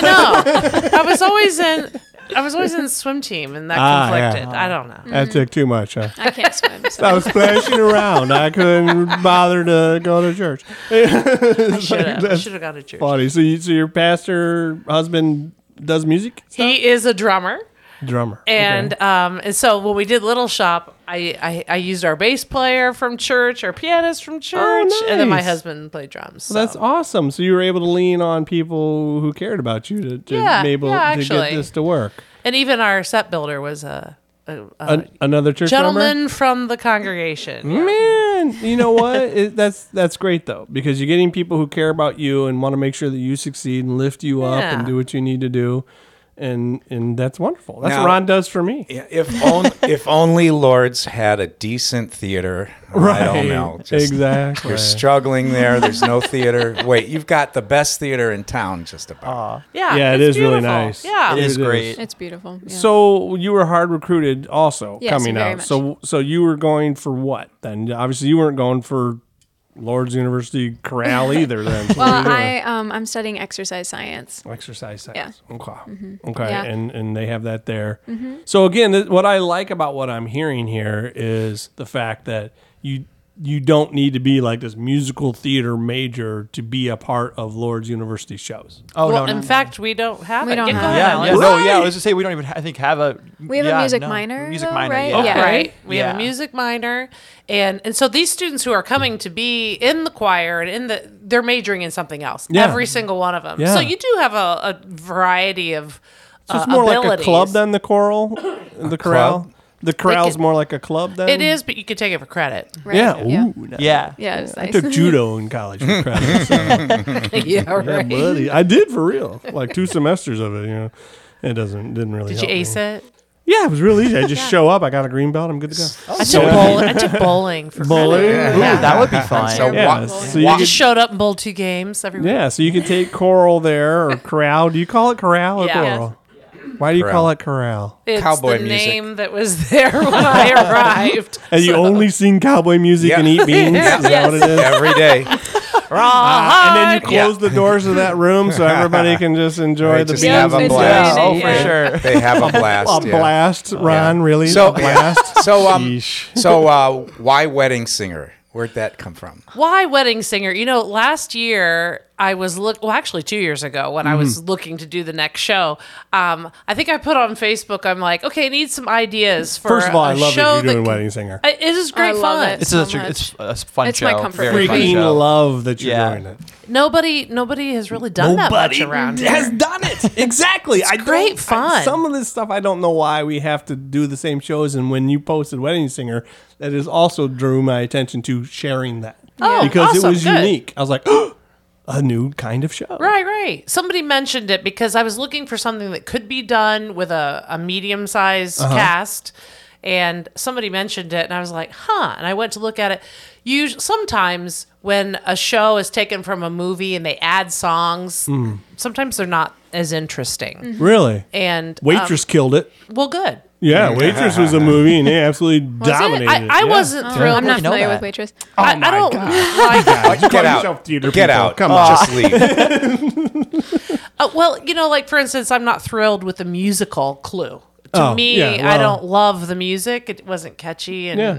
Speaker 1: (laughs)
Speaker 3: know i was always in i was always in swim team and that
Speaker 1: Ah, yeah.
Speaker 3: conflicted i don't
Speaker 1: (laughs)
Speaker 3: know
Speaker 1: That took too much, huh?
Speaker 4: I
Speaker 1: (laughs)
Speaker 4: can't swim. So.
Speaker 1: I was splashing around. I couldn't bother to go to church.
Speaker 3: i should have i should have gone to church
Speaker 1: Funny. So, you, so your pastor husband does music?
Speaker 3: he is a drummer
Speaker 1: Drummer.
Speaker 3: And
Speaker 1: Okay.
Speaker 3: um, and so when we did Little Shop, I, I I used our bass player from church, our pianist from church, and then my
Speaker 1: Oh, nice.
Speaker 3: husband played drums.
Speaker 1: Well, that's
Speaker 3: so.
Speaker 1: awesome. So you were able to lean on people who cared about you to, to
Speaker 3: Yeah,
Speaker 1: be able
Speaker 3: yeah,
Speaker 1: to get
Speaker 3: actually.
Speaker 1: this to work.
Speaker 3: And even our set builder was a, a, a
Speaker 1: An- another church
Speaker 3: gentleman
Speaker 1: member?
Speaker 3: from the congregation.
Speaker 1: Hmm?
Speaker 3: Yeah.
Speaker 1: Man, you know what? (laughs) It, that's that's great though because you're getting people who care about you and want to make sure that you succeed and lift you up
Speaker 3: Yeah.
Speaker 1: and do what you need to do, and and that's wonderful. That's
Speaker 2: Now-
Speaker 1: what Ron does for me.
Speaker 2: Yeah, if
Speaker 3: (laughs)
Speaker 2: only if only Lords had a decent theater. I
Speaker 1: Right,
Speaker 2: don't know.
Speaker 1: exactly.
Speaker 2: You're struggling there. There's no theater. Wait, you've got the best theater in town, just about.
Speaker 3: Yeah,
Speaker 1: Yeah, it
Speaker 3: it's
Speaker 1: is really
Speaker 3: beautiful.
Speaker 1: nice.
Speaker 3: Yeah.
Speaker 5: It is
Speaker 1: It is.
Speaker 5: great.
Speaker 4: It's beautiful. yeah.
Speaker 1: So you were hard recruited also
Speaker 4: Yes,
Speaker 1: coming
Speaker 4: very
Speaker 1: out.
Speaker 4: much.
Speaker 1: So so you were going for what then? Obviously you weren't going for Lord's University
Speaker 4: (laughs)
Speaker 1: Corral either then. So
Speaker 4: well,
Speaker 1: you're
Speaker 4: I um, I'm studying exercise science.
Speaker 1: doing exercise science.
Speaker 4: Yeah. Mm-hmm.
Speaker 1: Okay. Okay.
Speaker 4: Yeah. Mm-hmm.
Speaker 1: And and they have that there. So again, th- what I like about what I'm hearing here is the fact that you you don't need to be like this musical theater major to be a part of Lord's University shows.
Speaker 5: Oh
Speaker 3: well,
Speaker 5: no,
Speaker 3: in
Speaker 5: no.
Speaker 3: fact, we don't have
Speaker 4: We
Speaker 3: it.
Speaker 4: don't
Speaker 3: Yeah, go
Speaker 4: have
Speaker 3: ahead,
Speaker 5: yeah,
Speaker 3: Alex.
Speaker 5: yeah, no, yeah. I was just say we don't even. I think have a.
Speaker 4: We have a
Speaker 5: yeah,
Speaker 4: music
Speaker 5: no.
Speaker 4: minor,
Speaker 5: Music
Speaker 4: though,
Speaker 5: minor,
Speaker 4: right?
Speaker 5: yeah.
Speaker 4: Yeah.
Speaker 3: right? We have
Speaker 5: Yeah.
Speaker 3: a music minor, and and so these students who are coming to be in the choir and in the they're majoring in something else.
Speaker 1: Yeah.
Speaker 3: Every single one of them.
Speaker 1: Yeah.
Speaker 3: So you do have a, a variety of.
Speaker 1: So it's
Speaker 3: uh,
Speaker 1: more like a
Speaker 3: abilities.
Speaker 1: club than the
Speaker 3: (coughs)
Speaker 1: choral, the corral. The corral's
Speaker 3: Like it-
Speaker 1: more like a club than
Speaker 3: It is, but you could take it for credit.
Speaker 4: Right?
Speaker 1: Yeah.
Speaker 4: Yeah.
Speaker 1: Ooh, nice.
Speaker 5: Yeah.
Speaker 4: Yeah, it's
Speaker 1: I
Speaker 4: nice.
Speaker 1: took judo in college for credit. so-
Speaker 3: (laughs) yeah,
Speaker 1: yeah,
Speaker 3: right.
Speaker 1: buddy. I did for real. Like two semesters of it, you know. It doesn't didn't really
Speaker 3: Did you
Speaker 1: help
Speaker 3: ace
Speaker 1: me.
Speaker 3: it?
Speaker 1: Yeah, it was really easy. I
Speaker 3: (laughs)
Speaker 1: just show up, I got a green belt, I'm good to go. Oh,
Speaker 3: I took, bowling.
Speaker 1: (laughs)
Speaker 3: I took bowling for
Speaker 1: Bowling?
Speaker 3: credit.
Speaker 1: Yeah.
Speaker 5: Ooh, that would be fun.
Speaker 4: So-
Speaker 1: Yeah.
Speaker 2: Wa-
Speaker 1: So
Speaker 4: wa-
Speaker 1: you
Speaker 3: I
Speaker 1: could,
Speaker 3: just showed up and bowled two games every week.
Speaker 1: yeah, so you could take choral there or corral. Do you call it corral or
Speaker 3: Yeah.
Speaker 1: choral? Why do you
Speaker 2: Corral.
Speaker 1: call it corral?
Speaker 3: It's
Speaker 2: Cowboy
Speaker 3: the
Speaker 2: music.
Speaker 3: name that was (laughs) there
Speaker 1: (laughs)
Speaker 3: when I arrived.
Speaker 1: And you
Speaker 3: So-
Speaker 1: only sing cowboy music
Speaker 2: Yeah.
Speaker 1: and eat beans. Is that what it is?
Speaker 2: Every
Speaker 1: (laughs)
Speaker 2: day.
Speaker 3: Ah,
Speaker 1: And then you
Speaker 3: Rawhide.
Speaker 1: close the doors of that room so everybody can just enjoy
Speaker 2: They
Speaker 1: the
Speaker 2: just
Speaker 1: beans.
Speaker 2: have a
Speaker 1: and-
Speaker 4: it's
Speaker 5: yeah.
Speaker 2: blast.
Speaker 4: amazing.
Speaker 5: Oh, for
Speaker 4: Yeah.
Speaker 5: sure.
Speaker 2: They have a
Speaker 1: (laughs)
Speaker 2: blast.
Speaker 1: A
Speaker 2: yeah.
Speaker 1: blast, Ron. Really?
Speaker 2: So
Speaker 1: a (laughs) blast.
Speaker 2: So um,
Speaker 1: Sheesh.
Speaker 2: so uh, why wedding singer? Where'd that come from?
Speaker 3: Why wedding singer? You know, last year I was look. Well, actually, two years ago when I
Speaker 1: Mm-hmm.
Speaker 3: was looking to do the next show, um, I think I put on Facebook. I'm like, okay, I need some ideas for
Speaker 1: First of all,
Speaker 3: a
Speaker 1: I love
Speaker 3: show
Speaker 1: that you're doing
Speaker 3: that
Speaker 1: wedding singer.
Speaker 3: I- It is
Speaker 4: I
Speaker 3: great
Speaker 4: love
Speaker 3: fun.
Speaker 4: it.
Speaker 5: It's
Speaker 4: So
Speaker 5: such a,
Speaker 4: much.
Speaker 5: it's a fun
Speaker 4: It's
Speaker 5: show.
Speaker 4: my comfort
Speaker 5: Very
Speaker 4: food.
Speaker 5: fun
Speaker 1: freaking
Speaker 5: show.
Speaker 1: love that you're
Speaker 5: Yeah.
Speaker 1: doing it.
Speaker 3: Nobody, nobody has really done that much around here.
Speaker 1: has done it (laughs) exactly. I don't-
Speaker 3: great
Speaker 1: I-
Speaker 3: fun.
Speaker 1: some of this stuff I don't know why we have to do the same shows. And when you posted Wedding Singer, that is also drew my attention to sharing that
Speaker 3: Oh,
Speaker 1: because it
Speaker 3: awesome,
Speaker 1: was
Speaker 3: good.
Speaker 1: unique. I was like, (gasps) a new kind of show.
Speaker 3: Right, right. Somebody mentioned it because I was looking for something that could be done with a, a medium sized
Speaker 1: Uh-huh.
Speaker 3: cast. And somebody mentioned it, and I was like, huh. And I went to look at it. You, sometimes when a show is taken from a movie and they add songs,
Speaker 1: Hmm.
Speaker 3: sometimes they're not as interesting.
Speaker 1: Mm-hmm. Really,
Speaker 3: And um,
Speaker 1: Waitress killed it.
Speaker 3: well, good.
Speaker 5: (laughs)
Speaker 1: Yeah, Waitress was a movie, and they absolutely dominated.
Speaker 3: I,
Speaker 1: it.
Speaker 3: I
Speaker 1: Yeah.
Speaker 3: wasn't thrilled.
Speaker 4: (laughs) I'm not
Speaker 5: know
Speaker 4: familiar
Speaker 5: that.
Speaker 4: with waitress.
Speaker 3: I, I don't like
Speaker 2: Oh, get
Speaker 1: yourself
Speaker 2: out!
Speaker 1: theater
Speaker 2: Get
Speaker 1: people.
Speaker 2: out!
Speaker 1: Come
Speaker 2: Come
Speaker 1: on.
Speaker 2: on, just
Speaker 1: (laughs)
Speaker 2: leave.
Speaker 3: Uh, well, you know, like for instance, I'm not thrilled with the musical Clue. To
Speaker 1: Oh,
Speaker 3: me,
Speaker 1: yeah,
Speaker 3: I
Speaker 1: well-
Speaker 3: don't love the music. It wasn't catchy, and
Speaker 1: Yeah.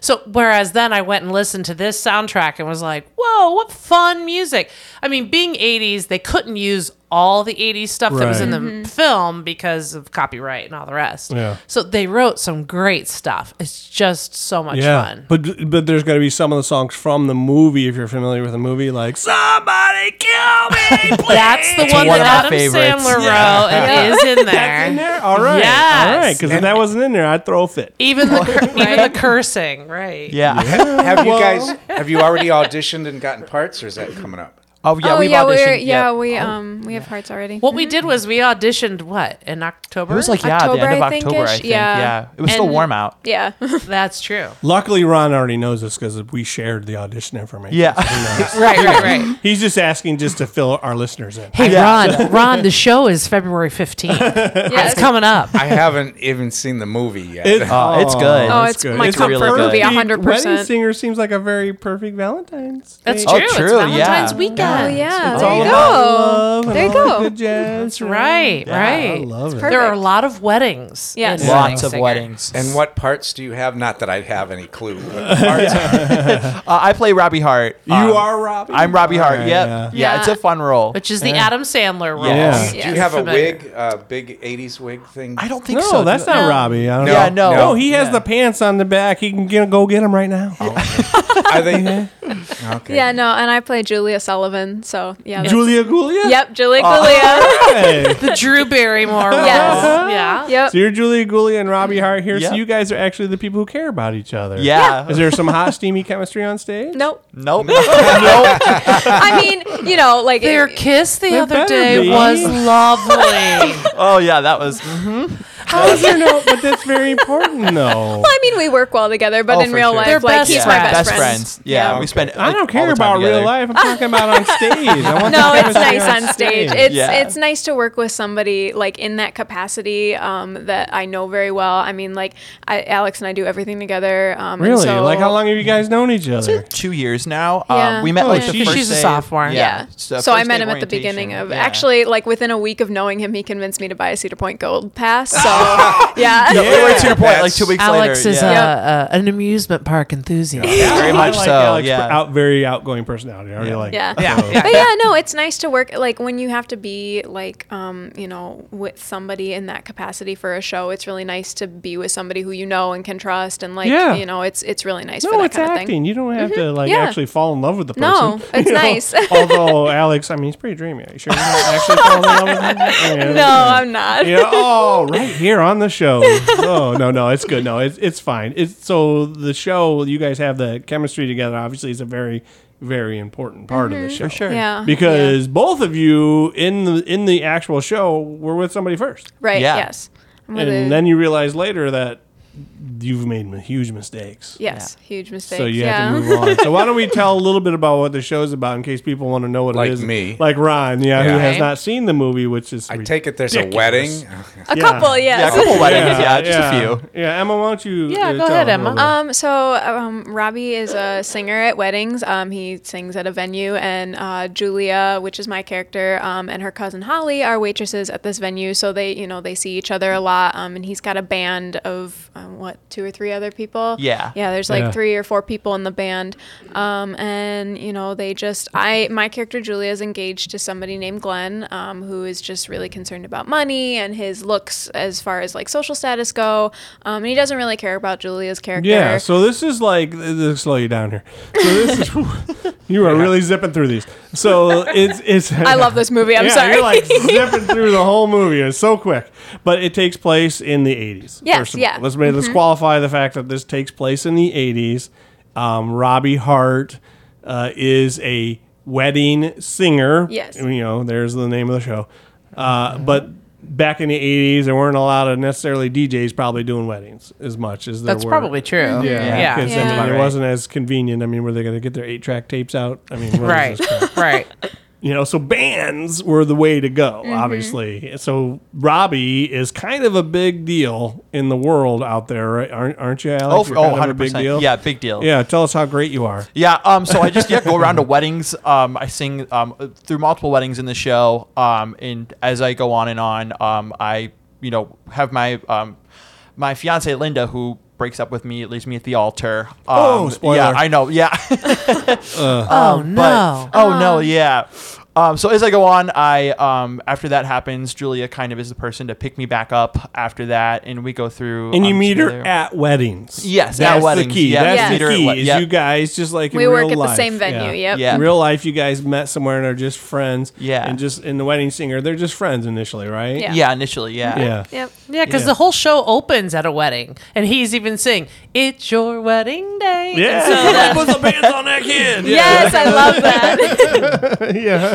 Speaker 3: so whereas then I went and listened to this soundtrack and was like, "Whoa, what fun music!" I mean, being '80s, they couldn't use all the 80s stuff that was in the
Speaker 1: Right.
Speaker 3: film because of copyright and all the rest.
Speaker 1: Yeah.
Speaker 3: So they wrote some great stuff. It's just so much
Speaker 1: yeah,
Speaker 3: fun.
Speaker 1: but but there's got to be some of the songs from the movie if you're familiar with the movie, like "Somebody Kill Me." Please.
Speaker 3: That's the one
Speaker 5: one of my
Speaker 3: that Adam
Speaker 5: favorites.
Speaker 3: Sandler
Speaker 2: Yeah.
Speaker 1: (laughs)
Speaker 3: wrote and is in there.
Speaker 1: That's in there. All right. All right.
Speaker 3: Yes.
Speaker 1: Because if that wasn't in there, I'd throw a fit.
Speaker 3: Even
Speaker 1: (laughs)
Speaker 3: the cur- even the cursing, right?
Speaker 5: Yeah.
Speaker 2: Have you guys? Have you already auditioned and gotten parts, or is that coming up?
Speaker 5: Oh yeah,
Speaker 4: oh
Speaker 5: we've
Speaker 4: yeah,
Speaker 5: auditioned.
Speaker 4: we're, yeah,
Speaker 5: yeah.
Speaker 4: we um we have hearts already.
Speaker 3: What we did was we auditioned what in October.
Speaker 5: It was like yeah, the
Speaker 4: October,
Speaker 5: end of
Speaker 4: I think-ish?
Speaker 5: October, I think.
Speaker 4: Yeah.
Speaker 5: Yeah. It was still
Speaker 3: And-
Speaker 5: warm out.
Speaker 4: Yeah. (laughs)
Speaker 3: that's true.
Speaker 1: Luckily, Ron already knows this because we shared the audition information.
Speaker 5: Yeah.
Speaker 1: so he knows.
Speaker 3: Right, right, right.
Speaker 1: He's just asking just to fill our listeners in.
Speaker 3: Hey
Speaker 5: (laughs)
Speaker 3: Ron, Ron, the show is February fifteenth. It's coming up.
Speaker 2: I haven't even seen the movie yet.
Speaker 1: It-
Speaker 5: Oh, it's good.
Speaker 4: Oh,
Speaker 1: That's
Speaker 4: it's
Speaker 1: good.
Speaker 4: my
Speaker 5: It's
Speaker 4: comfort
Speaker 5: really good.
Speaker 4: movie,
Speaker 5: Perfect.
Speaker 4: hundred
Speaker 1: Wedding
Speaker 4: percent.
Speaker 1: singer seems like a very perfect Valentine's.
Speaker 3: That's
Speaker 1: Day.
Speaker 3: true.
Speaker 5: Oh,
Speaker 3: It's
Speaker 5: true, yeah.
Speaker 3: Valentine's weekend.
Speaker 4: Oh yeah,
Speaker 1: It's
Speaker 4: there
Speaker 1: all
Speaker 4: you
Speaker 1: about
Speaker 4: go.
Speaker 1: love and
Speaker 4: There you
Speaker 1: all the
Speaker 4: go.
Speaker 1: good jazz,
Speaker 3: That's right, right.
Speaker 1: I love it.
Speaker 4: perfect.
Speaker 3: There are a lot of weddings.
Speaker 4: Yes.
Speaker 3: in Wedding
Speaker 5: Lots of
Speaker 3: Singer.
Speaker 5: weddings.
Speaker 2: and what parts do you have? Not that I have any clue. But
Speaker 3: (laughs)
Speaker 2: parts
Speaker 5: Uh, I play Robbie Hart.
Speaker 1: You
Speaker 5: Um,
Speaker 1: are Robbie.
Speaker 5: I'm Robbie Hart.
Speaker 1: Alright,
Speaker 5: Yep.
Speaker 1: yeah.
Speaker 5: Yeah. it's a fun role.
Speaker 3: Which is the Adam Sandler role.
Speaker 1: Yeah.
Speaker 2: Do
Speaker 4: Yes.
Speaker 2: you have a
Speaker 3: Familiar.
Speaker 2: wig, a big '80s wig thing?
Speaker 5: I don't think
Speaker 1: No,
Speaker 5: so. Do
Speaker 1: that's
Speaker 5: they?
Speaker 1: not Robbie. I don't
Speaker 2: No.
Speaker 1: know.
Speaker 5: Yeah, no.
Speaker 2: No.
Speaker 1: Oh, he has
Speaker 5: Yeah.
Speaker 1: the pants on the back. He can get, go get them right now. (laughs)
Speaker 2: Are they? Okay.
Speaker 4: Yeah, no, and I play Julia Sullivan, so yeah. that's-
Speaker 1: Julia Gulia?
Speaker 4: Yep, Julia Julia.
Speaker 1: Hey.
Speaker 3: The Drew Barrymore role.
Speaker 4: Yes.
Speaker 3: Yeah.
Speaker 4: (laughs) yep.
Speaker 1: So you're Julia Gulia and Robbie Hart here. So
Speaker 5: Yep.
Speaker 1: you guys are actually the people who care about each other.
Speaker 5: Yeah.
Speaker 1: Is there some hot, steamy chemistry on stage?
Speaker 4: Nope.
Speaker 5: Nope. (laughs) nope.
Speaker 4: (laughs) I mean, you know, like
Speaker 3: Their
Speaker 4: it-
Speaker 3: kiss the other
Speaker 1: better
Speaker 3: day
Speaker 1: be.
Speaker 3: was lovely.
Speaker 5: (laughs) Oh yeah, that was.
Speaker 1: How is there no? But that's very important, though.
Speaker 4: I mean, we work well together, but
Speaker 2: Oh,
Speaker 4: in
Speaker 2: for
Speaker 4: real
Speaker 2: sure.
Speaker 4: life,
Speaker 3: They're
Speaker 4: like
Speaker 3: best
Speaker 4: he's
Speaker 5: yeah.
Speaker 4: my
Speaker 3: friends.
Speaker 4: best,
Speaker 5: best
Speaker 4: friend.
Speaker 5: friends. Yeah,
Speaker 2: Yeah, okay.
Speaker 5: we spent.
Speaker 1: I
Speaker 5: like,
Speaker 1: don't
Speaker 5: all
Speaker 1: care
Speaker 5: the time
Speaker 1: about real
Speaker 5: together.
Speaker 1: life. I'm talking about on stage. I (laughs) want
Speaker 4: No,
Speaker 1: that
Speaker 4: it's
Speaker 1: chemistry
Speaker 4: nice on stage. It's
Speaker 5: Yeah.
Speaker 4: it's nice to work with somebody like in that capacity um, that I know very well. I mean, like I, Alex and I do everything together. Um, and
Speaker 1: Really?
Speaker 4: so-
Speaker 1: like, how long have you guys known each other?
Speaker 5: Two years now.
Speaker 4: Yeah.
Speaker 5: Um, we met
Speaker 1: Oh,
Speaker 5: like the
Speaker 1: she-
Speaker 5: first
Speaker 3: she's a
Speaker 5: day-
Speaker 3: sophomore.
Speaker 4: Yeah.
Speaker 5: Yeah.
Speaker 4: So,
Speaker 5: first
Speaker 4: I met
Speaker 5: day
Speaker 4: him at the beginning of
Speaker 5: orientation. Yeah.
Speaker 4: actually like within a week of knowing him, he convinced me to buy a Cedar Point Gold pass. So
Speaker 1: (laughs)
Speaker 4: (laughs) yeah.
Speaker 5: (laughs) No, we were to your point. Like
Speaker 2: That's-
Speaker 5: two weeks
Speaker 3: Alex
Speaker 5: later.
Speaker 3: is
Speaker 5: yeah.
Speaker 3: a, a, an amusement park enthusiast.
Speaker 5: very
Speaker 1: (laughs)
Speaker 5: much
Speaker 1: I like
Speaker 5: so.
Speaker 1: Alex
Speaker 5: yeah.
Speaker 1: for out, very outgoing personality. I already like.
Speaker 4: Yeah.
Speaker 1: it.
Speaker 3: Yeah,
Speaker 1: So-
Speaker 3: yeah.
Speaker 4: But yeah, no, it's nice to work like when you have to be like um, you know, with somebody in that capacity for a show, it's really nice to be with somebody who you know and can trust and like
Speaker 1: Yeah.
Speaker 4: you know, it's it's really nice for
Speaker 1: No,
Speaker 4: that
Speaker 1: it's
Speaker 4: kind
Speaker 1: acting.
Speaker 4: of thing. Mm-hmm.
Speaker 1: You don't have to like
Speaker 4: Yeah.
Speaker 1: actually fall in love with the person.
Speaker 4: No,
Speaker 1: (laughs)
Speaker 4: it's
Speaker 1: you know?
Speaker 4: nice. (laughs)
Speaker 1: Although Alex, I mean, he's pretty dreamy. Are you sure you're not actually falling in love with him?
Speaker 4: (laughs)
Speaker 1: I mean,
Speaker 4: No, I'm not.
Speaker 1: (laughs) Yeah. Oh, right here on the
Speaker 4: (laughs)
Speaker 1: show. Oh no, no, it's good. No, it's it's fine. It's so the show. You guys have the chemistry together. Obviously, is a very very important part of the show.
Speaker 5: sure.
Speaker 4: Mm-hmm. Yeah.
Speaker 1: Because both of you in the in the actual show were with somebody first,
Speaker 4: Yeah. Right,
Speaker 5: Yeah.
Speaker 4: yes. I'm with
Speaker 1: and
Speaker 4: a-
Speaker 1: then you realize later that you've made m- huge mistakes.
Speaker 4: Yes, huge mistake.
Speaker 1: So you
Speaker 4: yeah.
Speaker 1: have to move on. So why don't
Speaker 4: (laughs)
Speaker 1: we tell a little bit about what the show's about in case people want to know what
Speaker 2: Like
Speaker 1: it is?
Speaker 2: me.
Speaker 1: like Ron, yeah, who
Speaker 2: Yeah.
Speaker 1: has
Speaker 3: Right.
Speaker 1: not seen the movie, which is
Speaker 2: I take it there's
Speaker 1: Ridiculous.
Speaker 2: a wedding.
Speaker 4: a couple, yes.
Speaker 5: Yeah,
Speaker 1: (laughs)
Speaker 5: a couple weddings. Yeah, just a few.
Speaker 1: Yeah, Emma, why don't you? uh,
Speaker 3: Yeah, go
Speaker 1: tell
Speaker 3: ahead,
Speaker 1: them a
Speaker 3: Emma.
Speaker 1: little bit?
Speaker 4: Um, so um, Robbie is a singer at weddings. Um, he sings at a venue, and uh, Julia, which is my character, um, and her cousin Holly are waitresses at this venue. So they, you know, they see each other a lot. Um, and he's got a band of um, what two or three other people.
Speaker 5: Yeah.
Speaker 4: yeah. There's like
Speaker 1: Yeah.
Speaker 4: three or four people in the band, um, and you know, they just I my character Julia is engaged to somebody named Glenn, um, who is just really concerned about money and his looks as far as like social status go. Um, and he doesn't really care about Julia's character.
Speaker 1: Yeah, so this is like this slow you down here. So this is (laughs) you are really zipping through these. So it's it's
Speaker 4: (laughs) I love this movie. I'm
Speaker 1: yeah,
Speaker 4: sorry.
Speaker 1: You're
Speaker 4: (laughs)
Speaker 1: like zipping through the whole movie. It's so quick, but it takes place in the 80s.
Speaker 4: Yes,
Speaker 1: first of
Speaker 4: yeah. Mm-hmm.
Speaker 1: all. Let's ma- let's qualify the fact that this takes place in the 80s. Um, Robbie Hart uh, is a wedding singer.
Speaker 4: Yes. Mm-hmm.
Speaker 1: you know, there's the name of the show. Uh, But back in the 80s, there weren't a lot of necessarily DJs probably doing weddings as much as there
Speaker 3: That's
Speaker 1: were.
Speaker 3: probably true.
Speaker 1: Yeah,
Speaker 3: Yeah.
Speaker 1: because
Speaker 4: Yeah.
Speaker 1: I mean,
Speaker 5: Right.
Speaker 1: it wasn't as convenient. I mean, were they going to get their eight-track tapes out? I mean, what is
Speaker 3: Right.
Speaker 1: this crap?
Speaker 3: right.
Speaker 1: you know so bands were the way to go
Speaker 4: Mm-hmm.
Speaker 1: obviously so robbie is kind of a big deal in the world out there right aren't, aren't you
Speaker 5: Oh,
Speaker 1: Alex?
Speaker 5: for,
Speaker 1: You're
Speaker 5: oh,
Speaker 1: kind of a big
Speaker 5: 100%.
Speaker 1: deal
Speaker 5: Yeah, big deal.
Speaker 1: yeah tell us how great you are
Speaker 5: Yeah, um, so I just yeah go
Speaker 1: (laughs)
Speaker 5: around to weddings. Um, I sing um, through multiple weddings in the show, um, and as I go on and on, um, I you know have my um, my fiance Linda who breaks up with me, leaves me at the altar. Um,
Speaker 1: Oh, spoiler.
Speaker 5: (laughs) Yeah, I know. Yeah.
Speaker 3: oh
Speaker 5: But,
Speaker 3: no.
Speaker 5: oh no, yeah. Um, so as I go on, I um, after that happens, Julia kind of is the person to pick me back up after that, and we go through.
Speaker 1: And you
Speaker 5: um,
Speaker 1: meet her
Speaker 5: together.
Speaker 1: at weddings.
Speaker 5: Yes, at
Speaker 1: that's
Speaker 5: weddings.
Speaker 1: the key.
Speaker 5: Yes.
Speaker 1: That's
Speaker 4: Yes.
Speaker 1: the
Speaker 5: Meet her at
Speaker 1: key.
Speaker 5: wed-
Speaker 1: Is
Speaker 5: yep.
Speaker 1: you guys just like in
Speaker 4: We work
Speaker 1: real
Speaker 4: at the
Speaker 1: life.
Speaker 4: same venue, yep.
Speaker 5: Yeah.
Speaker 1: In real life, you guys met somewhere and are just friends.
Speaker 5: Yeah.
Speaker 1: and just in the wedding singer, they're just friends initially, right?
Speaker 4: Yeah.
Speaker 5: yeah, initially, yeah.
Speaker 1: yeah.
Speaker 4: Yep.
Speaker 3: Yeah, because
Speaker 1: Yeah.
Speaker 3: the whole show opens at a wedding, and he's even saying, "It's your wedding day."
Speaker 1: Yeah.
Speaker 3: And so, then-
Speaker 1: put the bands on that kid.
Speaker 4: Yes, I love that.
Speaker 1: (laughs) yeah.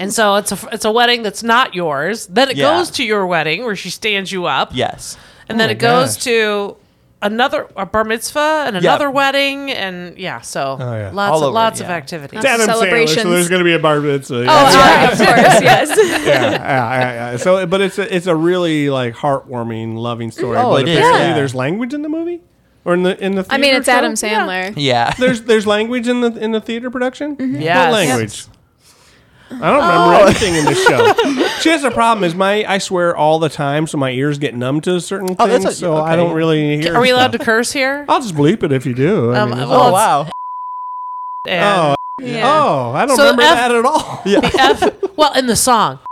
Speaker 3: and so it's a it's a wedding that's not yours. Then it
Speaker 5: Yeah.
Speaker 3: goes to your wedding where she stands you up.
Speaker 5: Yes.
Speaker 3: and then
Speaker 1: Oh my
Speaker 3: it goes
Speaker 1: gosh.
Speaker 3: to another a bar mitzvah and another wedding, and yeah, so
Speaker 1: Oh, yeah.
Speaker 3: lots
Speaker 5: All
Speaker 3: of,
Speaker 5: over,
Speaker 3: lots of
Speaker 5: yeah.
Speaker 3: activities.
Speaker 1: It's Adam Sandler,
Speaker 4: Celebrations.
Speaker 1: so there's going to be a bar mitzvah.
Speaker 4: Oh, (laughs)
Speaker 1: Yeah.
Speaker 4: of course, yes.
Speaker 1: yeah, yeah, yeah, yeah. So, but it's a, it's a really like heartwarming, loving story.
Speaker 5: Oh,
Speaker 1: but
Speaker 5: it is,
Speaker 1: apparently
Speaker 5: yeah.
Speaker 1: there's language in the movie or in the in the.
Speaker 4: I mean,
Speaker 1: theater
Speaker 4: it's Adam
Speaker 1: show?
Speaker 4: Sandler.
Speaker 5: Yeah.
Speaker 1: There's there's language in the in the theater production.
Speaker 3: Yes.
Speaker 1: What language? I don't remember anything in this show. See, that's the problem is my I swear all the time, so my ears get numb to certain
Speaker 5: Oh, that's
Speaker 1: things,
Speaker 5: what-
Speaker 1: so I
Speaker 5: okay.
Speaker 1: don't really hear.
Speaker 3: Are we allowed
Speaker 1: stuff.
Speaker 3: to curse
Speaker 1: (laughs)
Speaker 3: here?
Speaker 1: I'll just bleep it if you do. Oh, I
Speaker 3: Um,
Speaker 1: mean, it's-
Speaker 3: well,
Speaker 5: oh wow.
Speaker 3: And-
Speaker 1: oh,
Speaker 4: Yeah.
Speaker 1: oh, I don't
Speaker 3: So
Speaker 1: remember
Speaker 3: F-
Speaker 1: that at
Speaker 3: (laughs)
Speaker 1: all.
Speaker 5: (laughs) Yeah.
Speaker 3: F- well, in the song.
Speaker 1: (laughs)